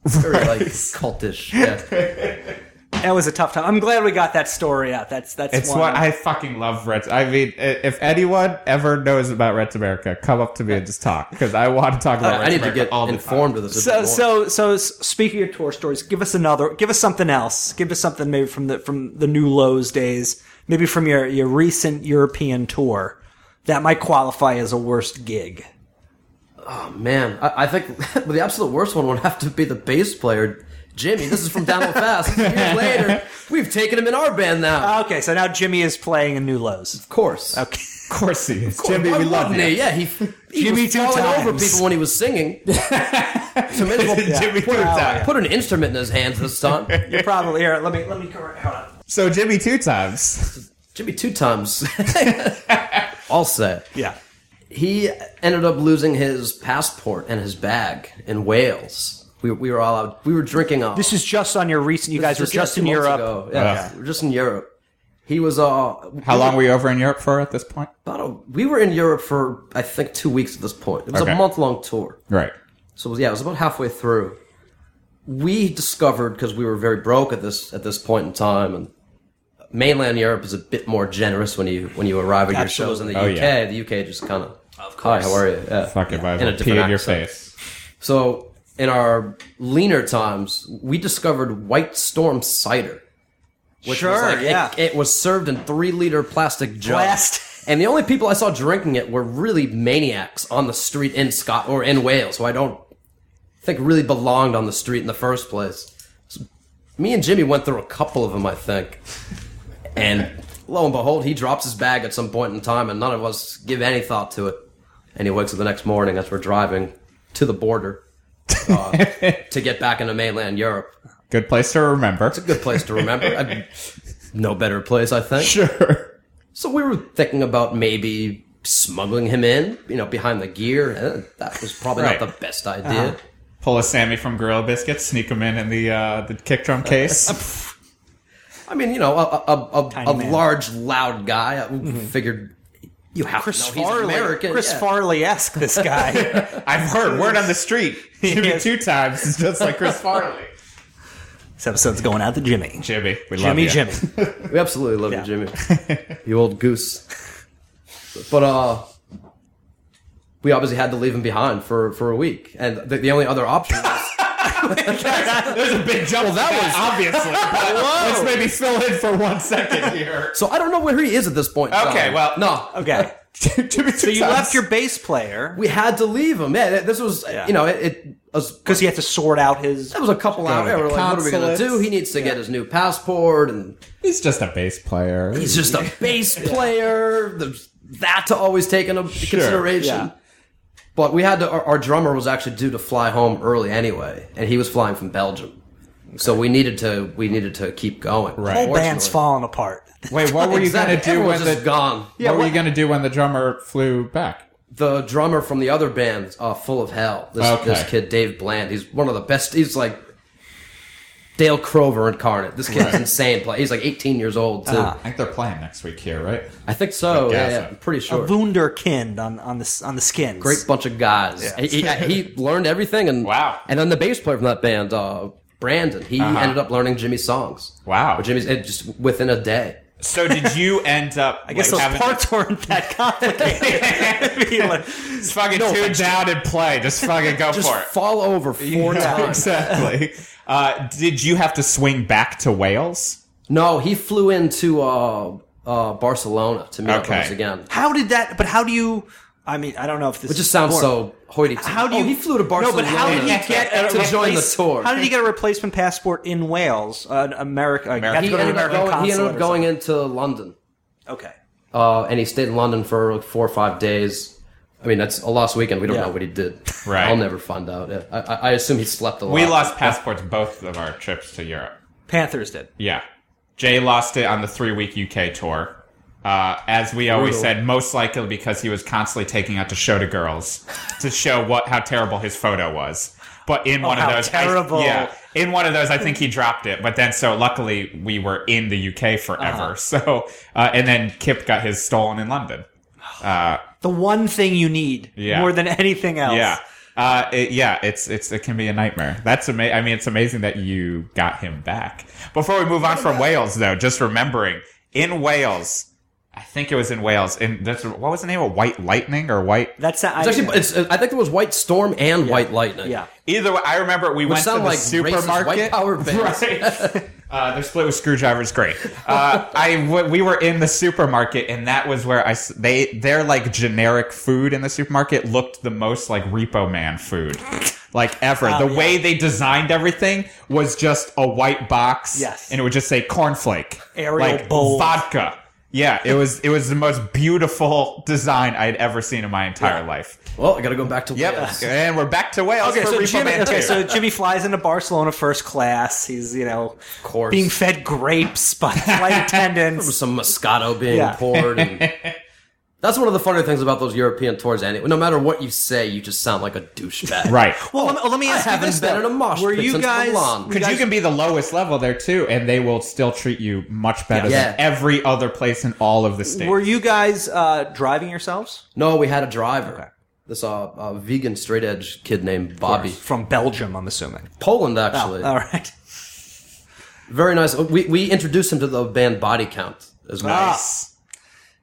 S5: very like cultish. Yeah.
S3: That was a tough time. I'm glad we got that story out. That's that's
S4: it's
S3: one.
S4: what I fucking love. Reds. I mean, i- if anyone ever knows about Reds America, come up to me and just talk because I want to talk about.
S5: Uh, I
S4: Reds
S5: need to
S4: America
S5: get
S4: all the
S5: informed
S4: time.
S5: of this. a bit
S3: so
S5: more.
S3: so so s- speaking of tour stories give us another give us something else give us something maybe from the from the new lows days maybe from your your recent european tour that might qualify as a worst gig
S5: Man, I, I think the absolute worst one would have to be the bass player. Jimmy, this is from Down Low Fast. Years later, we've taken him in our band now.
S3: okay so now jimmy is playing in new lows
S5: of course.
S3: okay
S4: Of course he is, Jimmy.
S5: Why
S4: We love
S5: wouldn't
S4: you.
S5: he? Yeah, he, he
S3: Jimmy
S5: was
S3: two
S5: falling over
S3: times.
S5: people when he was singing. so might as well
S4: Jimmy
S5: put,
S4: two times.
S5: put an instrument in his hands this time.
S3: you're probably here let me let me correct hold on
S4: So Jimmy two times.
S5: Jimmy two times. I'll say it.
S3: yeah
S5: He ended up losing his passport and his bag in Wales. We, we were all out. We were drinking on.
S3: this is just on your recent you guys were just in europe
S5: Yeah, we were just in Europe. He was uh,
S4: How long were you over in Europe for at this point?
S5: about a, we were in Europe for I think two weeks at this point. It was
S4: Okay.
S5: a month long tour.
S4: Right.
S5: So it was- yeah, it was about halfway through. We discovered because we were very broke at this at this point in time, and mainland Europe is a bit more generous when you when you arrive at your shows in the
S4: Oh,
S5: UK.
S4: yeah.
S5: The UK just kind of, hi, how are you? Yeah.
S4: Fucking yeah.
S5: In a
S4: pee
S5: different
S4: in your
S5: accent.
S4: face.
S5: So in our leaner times, we discovered White Storm cider. Which
S3: Sure,
S5: was like- it-
S3: yeah.
S5: It, was served in three liter plastic jugs.
S3: Blast.
S5: And the only people I saw drinking it were really maniacs on the street in Scot or in Wales, who I don't think really belonged on the street in the first place. So me and Jimmy went through a couple of them, I think. And lo and behold, he drops his bag at some point in time, and none of us give any thought to it. And he wakes up the next morning as we're driving to the border uh, to get back into mainland Europe.
S4: Good place to remember.
S5: Good place to remember. I, no better place, I think.
S4: Sure.
S5: So we were thinking about maybe smuggling him in, you know, behind the gear. Uh, That was probably
S4: Right. Uh-huh.
S5: not the best idea.
S4: Pull a Sammy from Gorilla Biscuits, sneak him in in the uh, the kick drum case.
S5: I mean, you know, a, a, a,
S3: Tiny
S5: a
S3: man.
S5: large, loud guy. I
S4: Mm-hmm.
S5: figured you have
S3: Chris
S5: to know he's
S3: Farley,
S5: American.
S3: Chris
S5: yeah.
S3: Farley-esque, this guy.
S4: I've heard word on the street. Jimmy
S3: Yes.
S4: two times is just like Chris Farley.
S3: this episode's going out to Jimmy.
S4: Jimmy, we love
S3: Jimmy,
S4: you.
S3: Jimmy.
S5: We absolutely love
S3: Yeah.
S5: you, Jimmy. you old goose. But uh we obviously had to leave him behind for for a week. And the, the only other option was
S4: There's a big jump. Well, that was obviously. But let's maybe fill in for one second here.
S5: So I don't know where he is at this point. in
S4: Okay,
S5: time.
S4: well-
S5: No.
S3: Okay.
S4: Jimmy
S3: So you left your bass player
S5: We had to leave him. Yeah, this was
S3: Yeah.
S5: you know, it, it was
S3: because you had to sort out his
S5: that was a couple hours.
S4: to the
S5: We're like, what are we gonna
S4: consulates.
S5: do? He needs to get his new passport and
S4: He's just a bass player.
S5: he's just a bass player. There's that to always take into consideration. But we had to, our, our drummer was actually due to fly home early anyway, and he was flying from Belgium. So we needed to we needed to keep going.
S4: Right.
S5: Unfortunately.
S4: Whole
S3: band's falling apart.
S4: Wait, what were you
S5: Exactly.
S4: going to do
S5: Everyone's
S4: when the
S5: just gone.
S4: What were you going to do when the drummer flew back?
S5: the drummer from the other band, uh, Full of Hell. This,
S4: Okay.
S5: this kid, Dave Bland, he's one of the best. He's like Dale Crover incarnate. This kid's insane. Play. He's like 18 years old too.
S4: I think they're playing next week here, right?
S5: I think so.
S4: Ah. I
S5: yeah,
S4: guess
S5: yeah,
S4: so.
S5: I'm pretty
S3: A
S5: sure.
S3: wunderkind on on the s- on the skins.
S5: Great bunch of guys. He, he, he learned everything, and
S4: Wow. Uh-huh.
S5: And then the bass player from that band, uh, Brandon, he ended up learning Jimmy's songs.
S4: Wow.
S5: Or Jimmy's it just within a day.
S4: So did you end up? I
S3: I guess those parts weren't that complicated. Be like,
S4: Just fucking tune down and play. Just fucking go
S5: Just
S4: for it.
S5: fall over four times.
S4: exactly. Uh, did you have to swing back to Wales?
S5: No, he flew into uh, uh, Barcelona to meet up with
S4: Okay.
S5: us again.
S3: how did that? But how do you? I mean, I don't know if this
S5: It just sounds so hoity.
S3: How do you?
S5: Oh, he flew to Barcelona.
S3: No, but how did he get a
S5: to join the
S3: replace-
S5: tour?
S3: How did he get a replacement passport in Wales? Uh, America. America.
S5: He ended, up going, he ended up going into London,
S3: Okay.
S5: uh, and he stayed in London for like four or five days. I mean, that's a lost weekend. We don't
S3: Yeah.
S5: know what he did.
S4: Right.
S5: I'll never find out. Yeah. I, I I assume he slept a lot.
S4: We lost passports both of our trips to Europe.
S3: Panthers did.
S4: Yeah. Jay lost it on the three week UK tour. Uh, as we always
S5: Brutal.
S4: said, most likely because he was constantly taking out to show to girls to show what how terrible his photo was. But in one
S3: Oh, how
S4: of those, I-
S3: terrible.
S4: yeah, in one of those, I think he dropped it. But then, so luckily, we were in the UK
S3: Uh-huh.
S4: forever. So, uh, and then Kip got his stolen in London. Uh,
S3: The one thing you need
S4: Yeah.
S3: more than anything else.
S4: yeah, uh, it, yeah, it's it's it can be a nightmare. That's amazing. I mean, it's amazing that you got him back. Before we move on from Wales, though, just remembering in Wales, I think it was in Wales. In that's what was the name of White Lightning or White?
S3: That's I,
S5: It's actually, it's, uh, I think there was White Storm and White Lightning.
S3: yeah.
S4: Either way, I remember we
S5: Which
S4: went to the
S5: sound like racist white
S4: supermarket.
S5: power bands.
S4: Right. uh, their split with Screwdriver's great. Uh, I w- we were in the supermarket, and that was where I s- they their like generic food in the supermarket looked the most like Repo Man food, like ever.
S3: Oh,
S4: the way they designed everything was just a white box,
S3: Yes.
S4: and it would just say cornflake,
S3: Arial
S4: like
S3: bold.
S4: vodka. Yeah, it was it was the most beautiful design I'd ever seen in my entire life.
S5: Well, I got to go back to Wales.
S4: and we're back to Wales
S3: Okay,
S4: for
S3: so
S4: Repo
S3: Jimmy.
S4: Man
S3: Okay,
S4: 2.
S3: so Jimmy flies into Barcelona first class. He's you know, of
S5: course.
S3: being fed grapes by flight
S5: There was
S3: attendants.
S5: some Moscato being
S3: Yeah.
S5: poured. And that's one of the funnier things about those European tours. Anyway, no matter what you say, you just sound like a douchebag.
S4: right.
S3: Well, let me, let me ask you
S5: haven't
S3: this:
S5: been
S3: though.
S5: in a mosh
S3: Were
S5: pit
S3: you
S5: since
S3: guys?
S5: Milan.
S4: Because you can be the lowest level there too, and they will still treat you much better
S5: Yeah.
S4: than every other place in all of the states.
S3: Were you guys uh, driving yourselves
S5: No, we had a driver. This uh, uh, vegan straight edge kid named Bobby.
S3: from Belgium? I'm assuming.
S5: Poland, actually.
S3: Oh, All right.
S5: Very nice. We, we introduced him to the band Body Count as well.
S3: Ah.
S4: nice?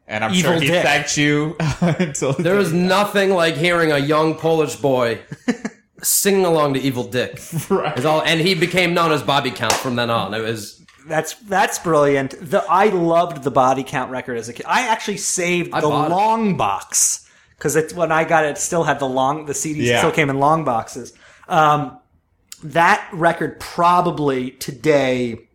S4: And I'm
S3: Evil
S4: sure he
S3: dick.
S4: thanked you until
S5: There is nothing like hearing a young Polish boy singing along to Evil Dick.
S4: Right.
S5: It's all, and he became known as Bobby Count from then on. It was
S3: That's that's brilliant. The I loved the body count record as a kid. I actually saved
S5: I
S3: the
S5: bought it.
S3: long box because it when I got it, it still had the long the CDs
S4: Yeah.
S3: still came in long boxes. Um, that record probably today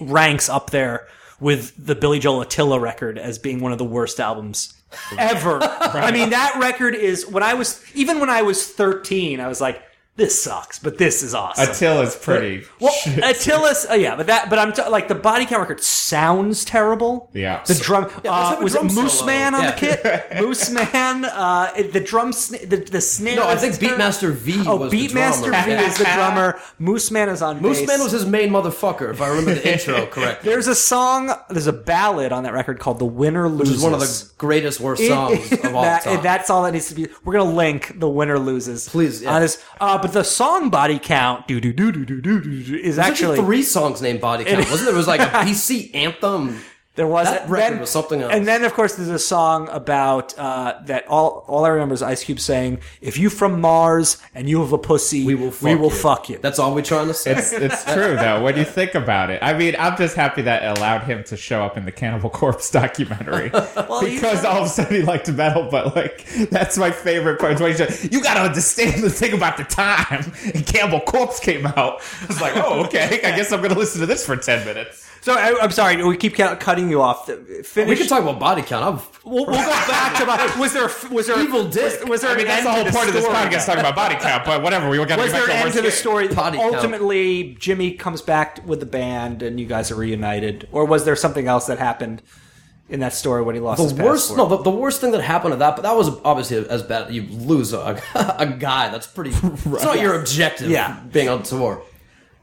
S3: ranks up there with the Billy Joel Attila record as being one of the worst albums ever. I mean, that record is when I was even when I was thirteen, I was like, this sucks, but this is awesome.
S4: Attila's pretty.
S3: Well, Attila's, uh, yeah, but that, but I'm t- like the body count record sounds terrible.
S4: Yeah.
S3: the drum
S5: let's
S3: uh,
S5: have a
S3: was
S5: drum
S3: it Moose
S5: solo.
S3: Man on
S5: Yeah.
S3: the kit? Moose Man, uh, it- the drum, sn- the, the snare.
S5: No, I
S3: is
S5: think
S3: terrible.
S5: Beatmaster V
S3: Oh,
S5: was the
S3: Beatmaster
S5: drummer.
S3: V is the drummer. Moose Man is on
S5: Moose
S3: bass.
S5: Man was his main motherfucker, if I remember the intro correctly.
S3: There's a song. There's a ballad on that record called "The Winner Loses,"
S5: Which is one of the greatest worst
S3: It-
S5: songs of all
S3: that-
S5: time.
S3: That's all that needs to be. We're gonna link the winner loses.
S5: Please, yeah.
S3: on this. Uh, but the song body count do do do do do do do do, is
S5: There's
S3: actually
S5: three songs named Body Count, wasn't there? It was like a PC anthem.
S3: There was
S5: That record was something else.
S3: And then, of course, there's a song about uh, that. All all I remember is Ice Cube saying, "If you from Mars and you have a pussy,
S5: We will fuck
S3: we will
S5: you.
S3: fuck you."
S5: That's all we're trying to say.
S4: It's, it's true though when you think about it. I mean, I'm just happy that it allowed him to show up in the Cannibal Corpse documentary because all of a sudden he liked metal. But like, that's my favorite part. is when he said, You got to understand the thing about the time. And Cannibal Corpse came out. I was like, oh okay, I guess I'm gonna listen to this for ten minutes.
S3: So I, I'm sorry, we keep ca- cutting you off. Finish.
S5: We can talk about body count. I'm
S3: We'll, we'll go back to my. Was there was there
S5: Evil dick.
S3: Was, was there
S4: I mean,
S3: an
S4: that's the
S3: end
S4: whole
S3: to
S4: point of this
S3: story?
S4: podcast, talking about body count, but whatever. We were going to
S3: Was
S4: get back
S3: there
S4: to
S3: an
S4: our
S3: end
S4: worst
S3: to the
S4: game.
S3: story?
S5: Potty count.
S3: Ultimately, Jimmy comes back with the band, and you guys are reunited. Or was there something else that happened in that story when he lost his
S5: the worst.
S3: passport?
S5: No, the, the worst thing that happened to that, but that was obviously as bad. You lose a, a guy. That's pretty. It's not your objective.
S3: Yeah.
S5: being on tour.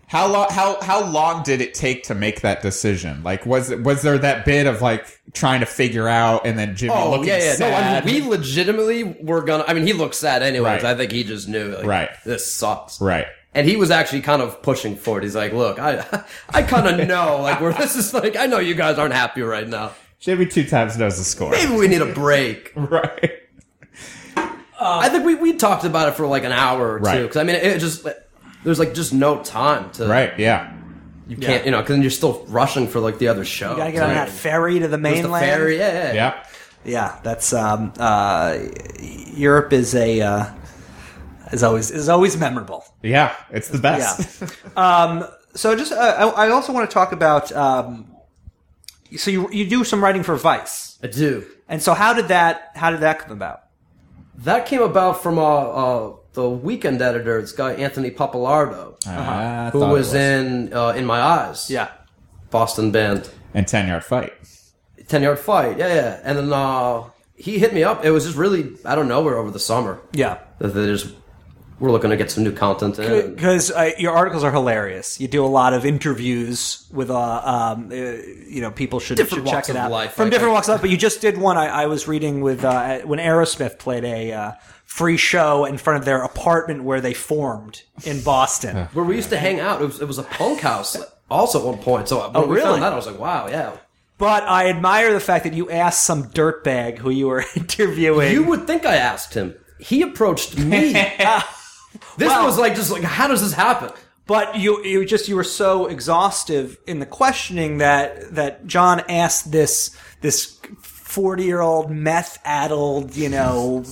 S4: How long? How how long did it take to make that decision? Like, was was there that bit of like trying to figure out, and then Jimmy
S5: Oh
S4: looking
S5: yeah, yeah.
S4: sad?
S5: No, I mean, we legitimately were gonna. I mean, he looked sad anyways.
S4: Right.
S5: I think he just knew. Like,
S4: Right.
S5: This sucks.
S4: right.
S5: And he was actually kind of pushing for it. He's like, "Look, I, I kind of know. Like, where this is like, I know you guys aren't happy right now.
S4: Jimmy two times knows the score.
S5: Maybe we need a break."
S4: Right.
S5: I think we we talked about it for like an hour or two. 'Cause
S4: Right.
S5: Because I mean, it just there's like just no time to
S4: Right. Yeah.
S5: You can't, you know, because you're still rushing for like the other show.
S3: You gotta get on
S4: Right.
S3: that ferry to the
S5: There's
S3: mainland.
S5: the ferry. Yeah, yeah, yeah.
S4: Yeah.
S3: Yeah, that's um, uh, Europe is a uh, is always is always memorable.
S4: Yeah. It's the best.
S3: Yeah. um, so just uh, I, I also want to talk about. Um, so you you do some writing for Vice,
S5: I do.
S3: and so how did that how did that come about?
S5: That came about from uh, uh, the weekend editor, this guy Anthony Papalardo,
S4: Uh-huh. I
S5: Uh-huh. who
S4: thought it
S5: was, in uh, In My Eyes. Boston band.
S4: And ten yard fight.
S5: Ten Yard Fight. Yeah, yeah. And then uh, he hit me up. It was just really out of nowhere over the summer.
S3: yeah.
S5: That They just we're looking to get some new content in. and-
S3: Because uh, your articles are hilarious. You do a lot of interviews with, uh, um, uh, you know, people should,
S5: Different
S3: should check
S5: walks
S3: it
S5: of
S3: out
S5: life,
S3: from
S5: like-
S3: different walks of life. But you just did one I, I was reading with uh, when Aerosmith played a uh, free show in front of their apartment where they formed in Boston.
S5: where we used to hang out. It was, it was a punk house also at one point. So when we
S3: Oh, really?
S5: found that, I was like, wow, yeah.
S3: but I admire the fact that you asked some dirtbag who you were interviewing.
S5: You would think I asked him. He approached me. this
S3: Wow.
S5: was like just like how does this happen?
S3: but you you just you were so exhaustive in the questioning that that John asked this this forty year old meth addled you know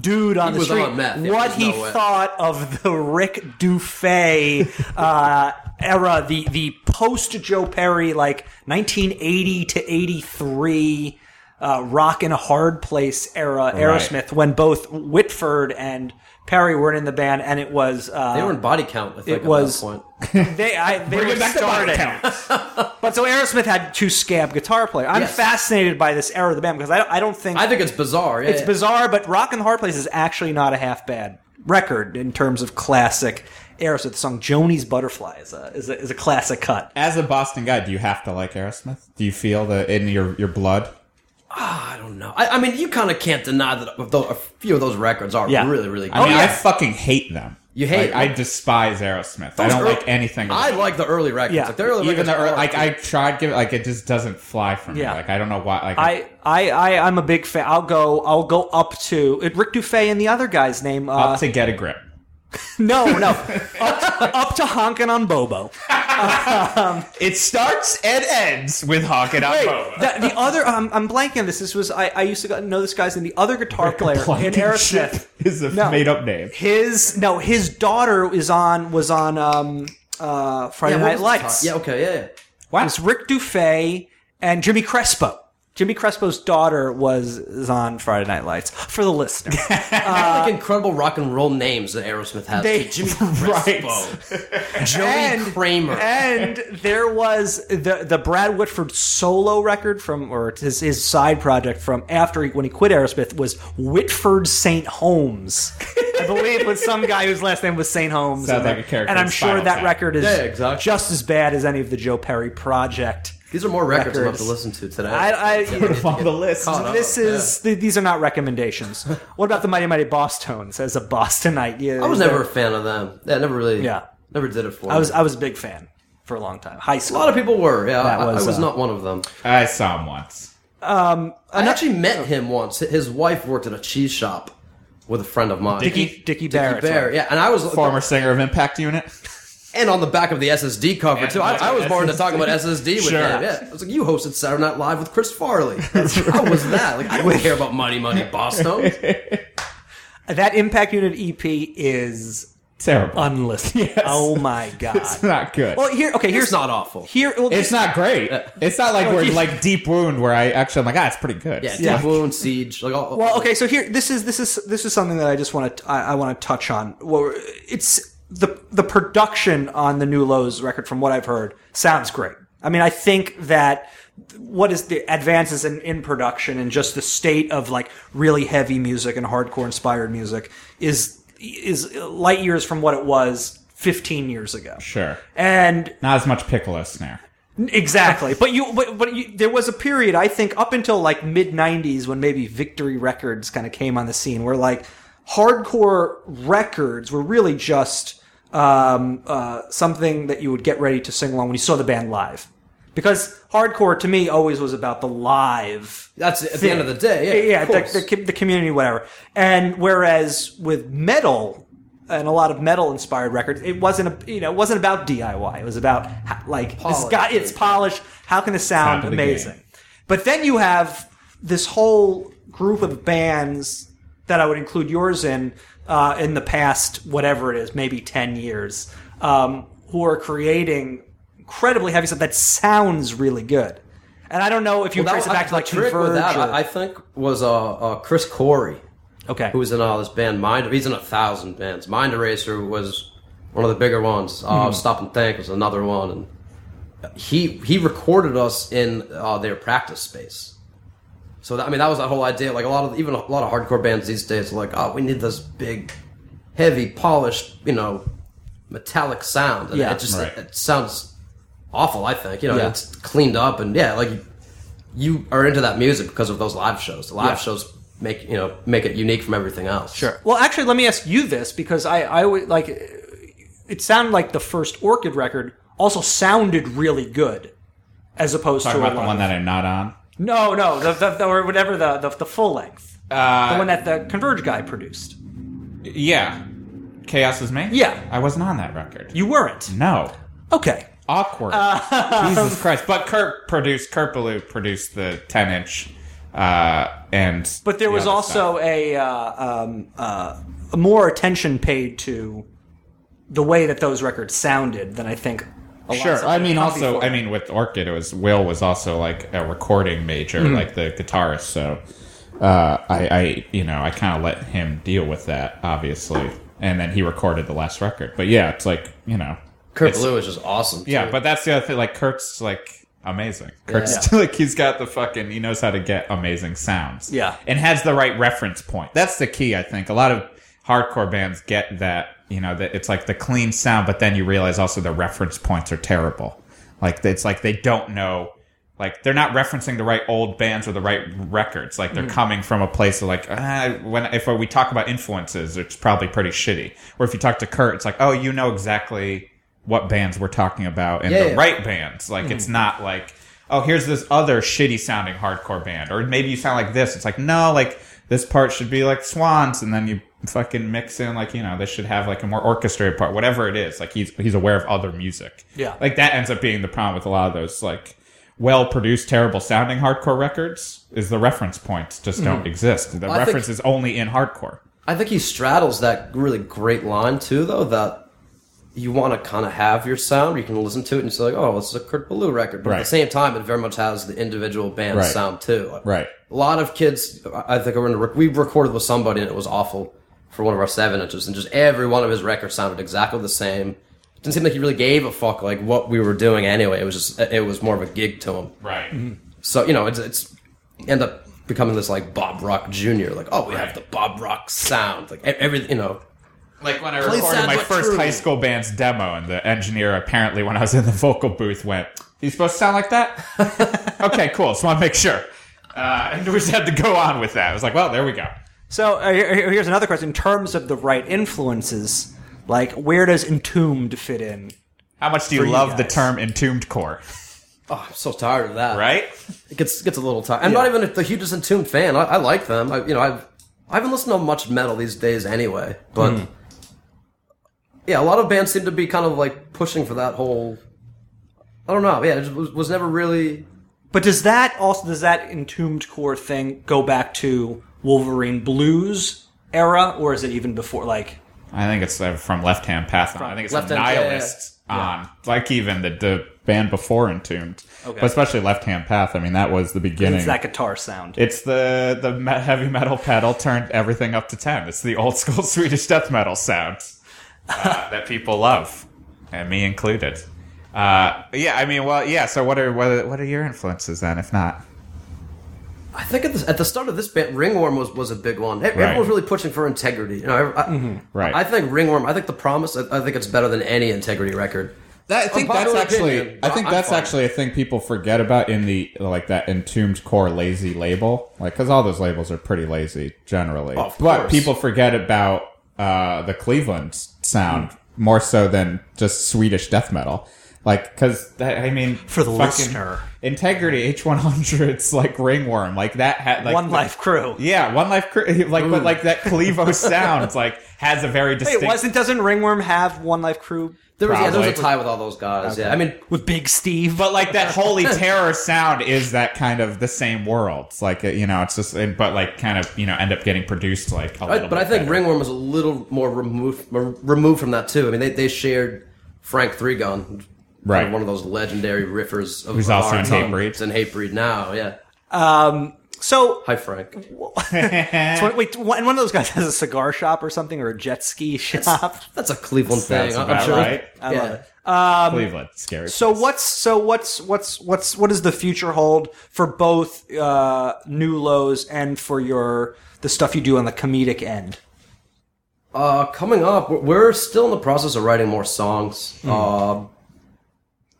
S3: dude on the
S5: was
S3: street
S5: on meth, yeah,
S3: what
S5: there's
S3: he
S5: no way.
S3: thought of the Rick Dufay uh, era the the post Joe Perry like nineteen eighty to eighty three. Uh, rock in a hard place era Aerosmith when both Whitford and Perry were in the band and it was uh,
S5: They were in body count. I think, at
S3: was-
S5: that point.
S3: they, I, they were
S4: Bring it back to body
S3: starting.
S4: count.
S3: But so Aerosmith had two scab guitar players. I'm
S5: Yes.
S3: fascinated by this era of the band because I don't, I don't think,
S5: I think it's bizarre. Yeah,
S3: it's
S5: yeah.
S3: bizarre. But Rock and the Hard Place is actually not a half bad record in terms of classic Aerosmith. The song Joni's Butterfly is a is a, is a classic cut.
S4: As a Boston guy, do you have to like Aerosmith? Do you feel that in your your blood?
S5: I don't know. I, I mean, you kind of can't deny that a- tho- a few of those records are
S3: Yeah. Oh,
S5: really, really.
S4: I
S5: good.
S4: mean,
S3: yeah.
S4: I fucking hate them.
S5: Oh, You hate
S4: Like, I
S5: them.
S4: despise Aerosmith. I
S5: Those
S4: don't
S5: ear-
S4: like anything.
S5: I
S4: about
S5: like the early records.
S3: Yeah.
S5: Like the early
S4: even
S5: records
S4: the early,
S5: are-
S4: like I tried giving like it just doesn't fly for me.
S3: Yeah.
S4: Like I don't know why. Like
S3: I, I, I, I'm a big fan. I'll go, I'll go up to it, Rick Dufay and the other guy's name. Uh,
S4: up to get a grip.
S3: no, no, up, up to honking on Bobo.
S4: It starts and ends with Hawking on Boba.
S3: The, the other, um, I'm blanking on this. This was I, I used to know this guy's name. The other guitar player in Aerosmith
S4: is a
S3: No.
S4: made up name.
S3: His no, his daughter is on was on um uh Friday
S5: Yeah, what
S3: Night
S5: was the
S3: Lights.
S5: top- Yeah, okay, yeah, yeah.
S3: It was Rick Dufay and Jimmy Crespo. Jimmy Crespo's daughter was is on Friday Night Lights for the listener.
S5: like incredible rock and roll names that Aerosmith has.
S3: Uh, they-
S5: Dude, Jimmy Crespo, Joey
S3: And-
S5: Kramer.
S3: and there was the the Brad Whitford solo record from or his his side project from after he, when he quit Aerosmith was Whitford St. Holmes. I believe with some guy whose last name was St. Holmes.
S4: Sounds
S3: And I-
S4: like a character
S3: And
S4: in
S3: I'm sure
S4: Spinal
S3: that
S4: Tap.
S3: record is
S5: Yeah, exactly.
S3: just as bad as any of the Joe Perry project.
S5: These are more records, I'm about to
S3: Records.
S5: listen to today.
S3: I, I,
S4: On the list.
S5: Caught
S3: this
S5: up,
S3: is th- these are not recommendations. What about the Mighty Mighty Boss Tones as a Bostonite? Yeah,
S5: I was never a fan of them. Yeah, never really.
S3: Yeah.
S5: never did it for.
S3: I
S5: me.
S3: was I was a big fan for a long time. High school.
S5: A lot of people were. Yeah,
S3: That
S5: I-
S3: was,
S5: I was
S3: uh,
S5: not one of them.
S4: I saw him once.
S5: I actually met him once. His wife worked at a cheese shop with a friend of mine.
S3: Dickie Dickie Barrett.
S5: Bear, yeah, and I was
S4: Former singer of Impact Unit.
S5: and on the back of the SSD cover too. I, I was more into
S4: SSD.
S5: talking about SSD with
S4: Sure.
S5: him. Yeah, I was like, you hosted Saturday Night Live with Chris Farley. How was that? Like, I don't care about Mighty Mighty Boston.
S3: That Impact Unit EP E is
S4: terrible.
S6: unlistenable. Oh my god.
S4: it's not good.
S3: Well, here, okay, here's
S5: It's not awful.
S3: Here, well,
S4: it's not great. It's not like we're like deep wound where I actually I'm like ah, it's pretty good.
S5: Yeah,
S6: Yeah.
S5: Deep Wound, Siege. Like, all,
S3: Well, okay, so here, this is this is this is something that I just want to I, I want to touch on. Well, it's the the production on the New Lows record, from what I've heard, sounds great. I mean, I think that what is the advances in, in production and just the state of like really heavy music and hardcore inspired music is is light years from what it was 15 years ago.
S4: Sure.
S3: And
S4: Not as much piccolo snare.
S3: Exactly, but you, but, but you, there was a period I think up until like mid '90s when maybe Victory Records kind of came on the scene, where like hardcore records were really just um, uh, something that you would get ready to sing along when you saw the band live, because hardcore to me always was about the live
S5: that's it, at the end of the day. Yeah,
S3: yeah,
S5: of course.
S3: the, the, com- the community, whatever. And whereas with metal and a lot of metal inspired records, it wasn't a, you know it wasn't about DIY. It was about ho- like this
S5: Polish.
S3: guy, it's polished. How can this sound
S4: Top of the
S3: amazing?
S4: game.
S3: But then you have this whole group of bands that I would include yours in uh, in the past, whatever it is, maybe ten years, um, who are creating incredibly heavy stuff that sounds really good. And I don't know if you
S5: Well,
S3: trace it
S5: was-
S3: back to
S5: the
S3: like
S5: trick with
S3: Converge.
S5: that,
S3: or-
S5: I, I think was uh, uh, Chris Corey,
S3: okay,
S5: who was in uh, this band Mind. He's in a thousand bands. Mind Eraser was one of the bigger ones. Uh,
S3: Hmm.
S5: Stop and Think was another one, and he he recorded us in uh, their practice space. So that, I mean, that was that whole idea. Like a lot of even a lot of hardcore bands these days, are like oh, we need this big, heavy, polished, you know, metallic sound. And
S3: Yeah.
S5: it just
S4: Right.
S5: it sounds awful. I think you know
S3: Yeah.
S5: it's cleaned up and yeah, like you, you are into that music because of those live shows. The live shows make you know make it unique from everything else.
S3: Sure. Well, actually, let me ask you this because I, I would like it sounded like the first Orchid record also sounded really good as opposed
S4: Talking
S3: to a
S4: about the
S3: lot
S4: one
S3: of-
S4: that I'm not on.
S3: no, no, the, the, the- or whatever the the, the full length,
S4: Uh,
S3: the one that the Converge guy produced.
S4: yeah. Chaos is me.
S3: Yeah.
S4: I wasn't on that record.
S3: You weren't.
S4: no.
S3: Okay.
S4: Awkward.
S3: Uh,
S4: Jesus Christ. But Kurt produced Kurt Ballou produced the 10 inch, uh, and
S3: But there
S4: the
S3: was
S4: other stuff.
S3: also a uh, um, uh, more attention paid to the way that those records sounded than I think. A lot of
S4: Sure, I mean,
S3: come
S4: also,
S3: before.
S4: I mean, with Orchid, it was Will was also like a recording major, like the guitarist. So, uh, I, I, you know, I kind of let him deal with that, obviously, and then he recorded the last record. But yeah, it's like you know,
S5: Kurt
S4: it's-
S5: Blue is just awesome. too.
S4: Yeah, but that's the other thing. Like Kurt's like amazing. Kurt's like he's got the fucking he knows how to get amazing sounds.
S3: Yeah.
S4: and has the right reference point. That's the key, I think. A lot of hardcore bands get that. You know, that it's like the clean sound, but then you realize also the reference points are terrible. Like it's like they don't know. Like they're not referencing the right old bands or the right records. Like they're coming from a place of like ah, when if we talk about influences, it's probably pretty shitty. Or if you talk to Kurt, it's like oh, you know exactly what bands we're talking about and
S5: Yeah,
S4: the
S5: yeah.
S4: right bands. Like
S5: Hmm.
S4: it's not like oh here's this other shitty sounding hardcore band or maybe you sound like this. It's like no like this part should be like Swans and then you fucking mix in like you know they should have like a more orchestrated part whatever it is. Like he's he's aware of other music.
S3: Yeah.
S4: Like that ends up being the problem with a lot of those like well produced terrible sounding hardcore records is the reference points just don't exist. The
S5: Hmm. I think-
S4: reference is only in hardcore.
S5: I think he straddles that really great line too, though that you want to kind of have your sound. You can listen to it and say, like, "Oh, this is a Kurt Ballou record," but at
S4: Right.
S5: the same time, it very much has the individual band
S4: Right.
S5: sound too.
S4: Right.
S5: A lot of kids, I I think, are in. the rec- We recorded with somebody and it was awful for one of our seven inches, and just every one of his records sounded exactly the same. Didn't seem like he really gave a fuck like what we were doing anyway. It was just it was more of a gig to him.
S4: Right.
S5: So you know, it's it's end up becoming this like Bob Rock Jr. Like, oh, we have
S4: Right.
S5: the Bob Rock sound. Like e- every you know,
S4: Like when I
S5: Please
S4: recorded
S5: sound
S4: my
S5: like
S4: first
S5: true.
S4: high school band's demo, and the engineer apparently, when I was in the vocal booth, went, "You supposed to sound like that?" okay, cool. Just want to make sure. Uh, and we just had to go on with that. I was like, "Well, there we go."
S3: So uh, here- here- here's another question: in terms of the right influences, like where does entombed fit in?
S4: How much do you
S3: you
S4: love the
S3: guys.
S4: term "entombed core"?
S5: oh, I'm so tired of that.
S4: Right?
S5: It gets gets a little tired. I'm not even the hugest entombed fan. I, I like them. I, you know, I've I haven't listened to much metal these days anyway. But
S4: Hmm.
S5: yeah, a lot of bands seem to be kind of like pushing for that whole. I don't know. Yeah, it was, was never really.
S3: But does that also does that entombed core thing go back to Wolverine blues era, or is it even before? Like
S4: I think it's uh, from Left Hand Path on. I think it's
S5: Left
S4: from
S5: Hand- yeah, yeah,
S4: Nihilists on. Like even the, the band before Entombed.
S6: Okay.
S4: But especially Left Hand Path. I mean, that was the beginning.
S6: It's that guitar sound.
S4: It's the the me- heavy metal pedal turned everything up to ten. It's the old school Swedish death metal sound uh, that people love, and me included. Uh, yeah, I mean, well, yeah. So, what are what are, what are your influences then, if not?
S5: I think at the, at the start of this band, Ringworm was, was a big one. Everyone
S4: Right. Mm-hmm.
S5: was really pushing for integrity. You know, I, I,
S4: Right.
S5: I think Ringworm. I think the promise. I, I think it's better than any integrity record.
S4: That, I think that's
S5: Unpopular
S4: actually
S5: opinion,
S4: I
S5: but
S4: think
S5: I'm
S4: that's
S5: fine.
S4: actually a thing people forget about in the like that entombed core lazy label, like because all those labels are pretty lazy generally.
S5: Of
S4: but
S5: course.
S4: people forget about uh, the Cleveland s- sound more so than just Swedish death metal, like because I mean
S6: For the
S4: fucking
S6: listener.
S4: integrity H one hundreds like ringworm like that had like
S6: One
S4: the-
S6: Life Crew.
S4: yeah one life cr- like but like that Clevo sound like has a very
S3: Wait,
S4: distinct
S3: wasn't doesn't Ringworm have One Life Crew?
S5: There was, yeah, there was a
S4: Probably.
S5: tie with all those guys. Yeah, I mean,
S6: With Big Steve.
S4: but like that holy terror sound is that kind of the same world. It's like you know, it's just but like kind of you know end up getgetting produced like a
S5: I-
S4: little.
S5: but I
S4: bit
S5: think
S4: better.
S5: Ringworm was a little more removed more removed from that too. I mean, they, they shared Frank Three Gun,
S4: Right.
S5: One of those legendary riffers of
S4: Who's
S5: of
S4: also
S5: our
S4: in
S5: time.
S4: Hatebreed.
S5: It's in Hatebreed now. Yeah,
S3: So
S5: hi Frank.
S3: so wait, one, and one of those guys has a cigar shop or something or a jet ski shop.
S5: That's a Cleveland
S4: Sounds
S5: thing. I- I'm
S4: about
S5: sure.
S4: right.
S5: Yeah.
S6: love it.
S4: Cleveland, scary.
S3: So what's so what's what's what's what does the future hold for both uh, new lows and for your the stuff you do on the comedic end?
S5: Uh, coming up, we're- we're still in the process of writing more songs.
S4: Hmm.
S5: Uh,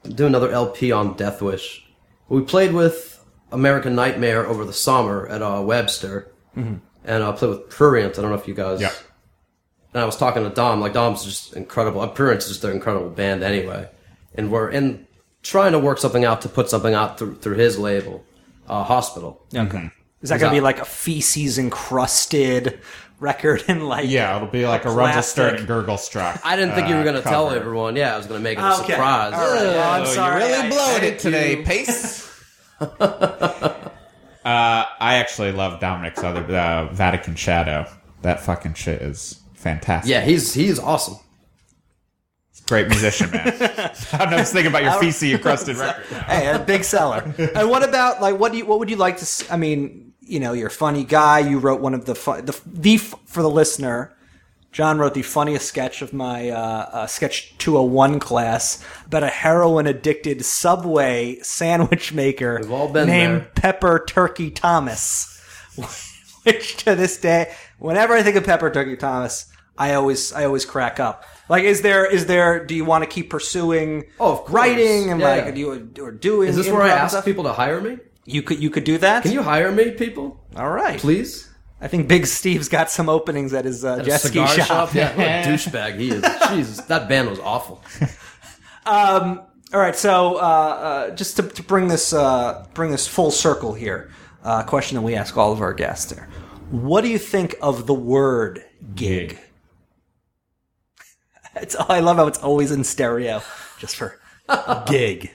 S5: do another LP on Death Wish. We played with American Nightmare over the summer at uh, Webster, and I uh, played with Prurient. I don't know if you guys.
S4: Mm-hmm. Yeah.
S5: And I was talking to Dom. Like Dom's just incredible. Uh, Prurient's just an incredible band anyway, and we're in trying to work something out to put something out through through his label, uh, Hospital.
S4: okay.
S3: Is that going to be
S5: Exactly.
S3: like a feces encrusted record and like
S4: Yeah, it'll be like a
S3: Plastic.
S4: Rumblestern and Gurgle Struck.
S5: I didn't think you were going to tell
S4: Uh, cover.
S5: everyone. Yeah, I was going to make it a
S3: Okay.
S5: surprise.
S3: All right. Well, I'm
S4: Oh,
S3: sorry.
S4: You really
S3: I-
S4: blowed it today, Pace. uh, I actually love Dominic's other uh, Vatican Shadow. That fucking shit is fantastic.
S5: Yeah, he's he's awesome.
S4: Great musician, man. I don't know. Just thinking about your feces encrusted record.
S3: hey, a big seller. And what about like what do you what would you like to? s- I mean, you know, you're a funny guy. You wrote one of the fun, the the f- for the listener. John wrote the funniest sketch of my uh, uh, sketch 201 class about a heroin addicted subway sandwich maker
S5: We've all been
S3: named
S5: there.
S3: Pepper Turkey Thomas. Which to this day, whenever I think of Pepper Turkey Thomas, I always I always crack up. Like, is there is there? Do you want to keep pursuing
S5: Oh, of course.
S3: writing and
S5: Yeah.
S3: like do you or doing?
S5: Is this
S3: improv
S5: where I
S3: and
S5: ask
S3: stuff?
S5: people to hire me?
S3: You could you could do that.
S5: Can you hire me, people?
S3: All right.
S5: Please?
S3: I think Big Steve's got some openings at his uh, jet ski
S5: Cigar
S3: shop.
S5: Yeah, what a douchebag he is. Jesus, that band was awful.
S3: All right. So uh, uh, just to, to bring this uh, bring this full circle here, uh, question that we ask all of our guests there: What do you think of the word gig?
S4: Gig.
S3: It's I love how it's always in stereo, just for gig.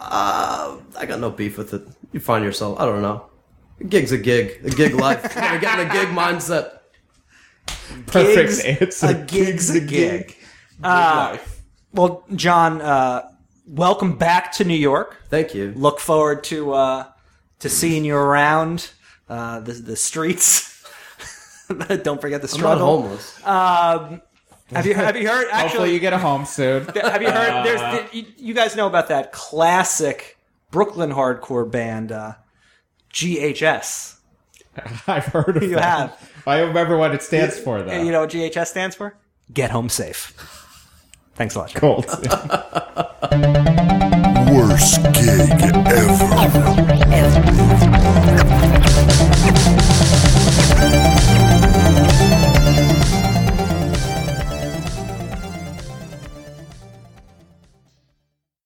S5: I got no beef with it. You find yourself, I don't know. A gig's a gig. A gig life. you gotta get in a gig mindset.
S4: Perfect
S3: Gigs-
S4: answer.
S3: A gig's a gig. Uh, Well, John, uh, welcome back to New York.
S5: Thank you.
S3: look forward to uh, to seeing you around uh, the the streets. Don't forget the
S5: I'm not
S3: struggle.
S5: homeless.
S3: Have you have you
S4: Hopefully,
S3: heard? Actually,
S4: you get a home soon.
S3: have you heard? There's the, you, you guys know about that classic Brooklyn hardcore band uh, GHS.
S4: I've heard of
S3: You
S4: that.
S3: have.
S4: I remember what it stands for, though.
S3: You know what GHS stands for? Get home safe. Thanks a lot. John.
S4: Cold.
S1: Worst gig ever.
S7: Ever.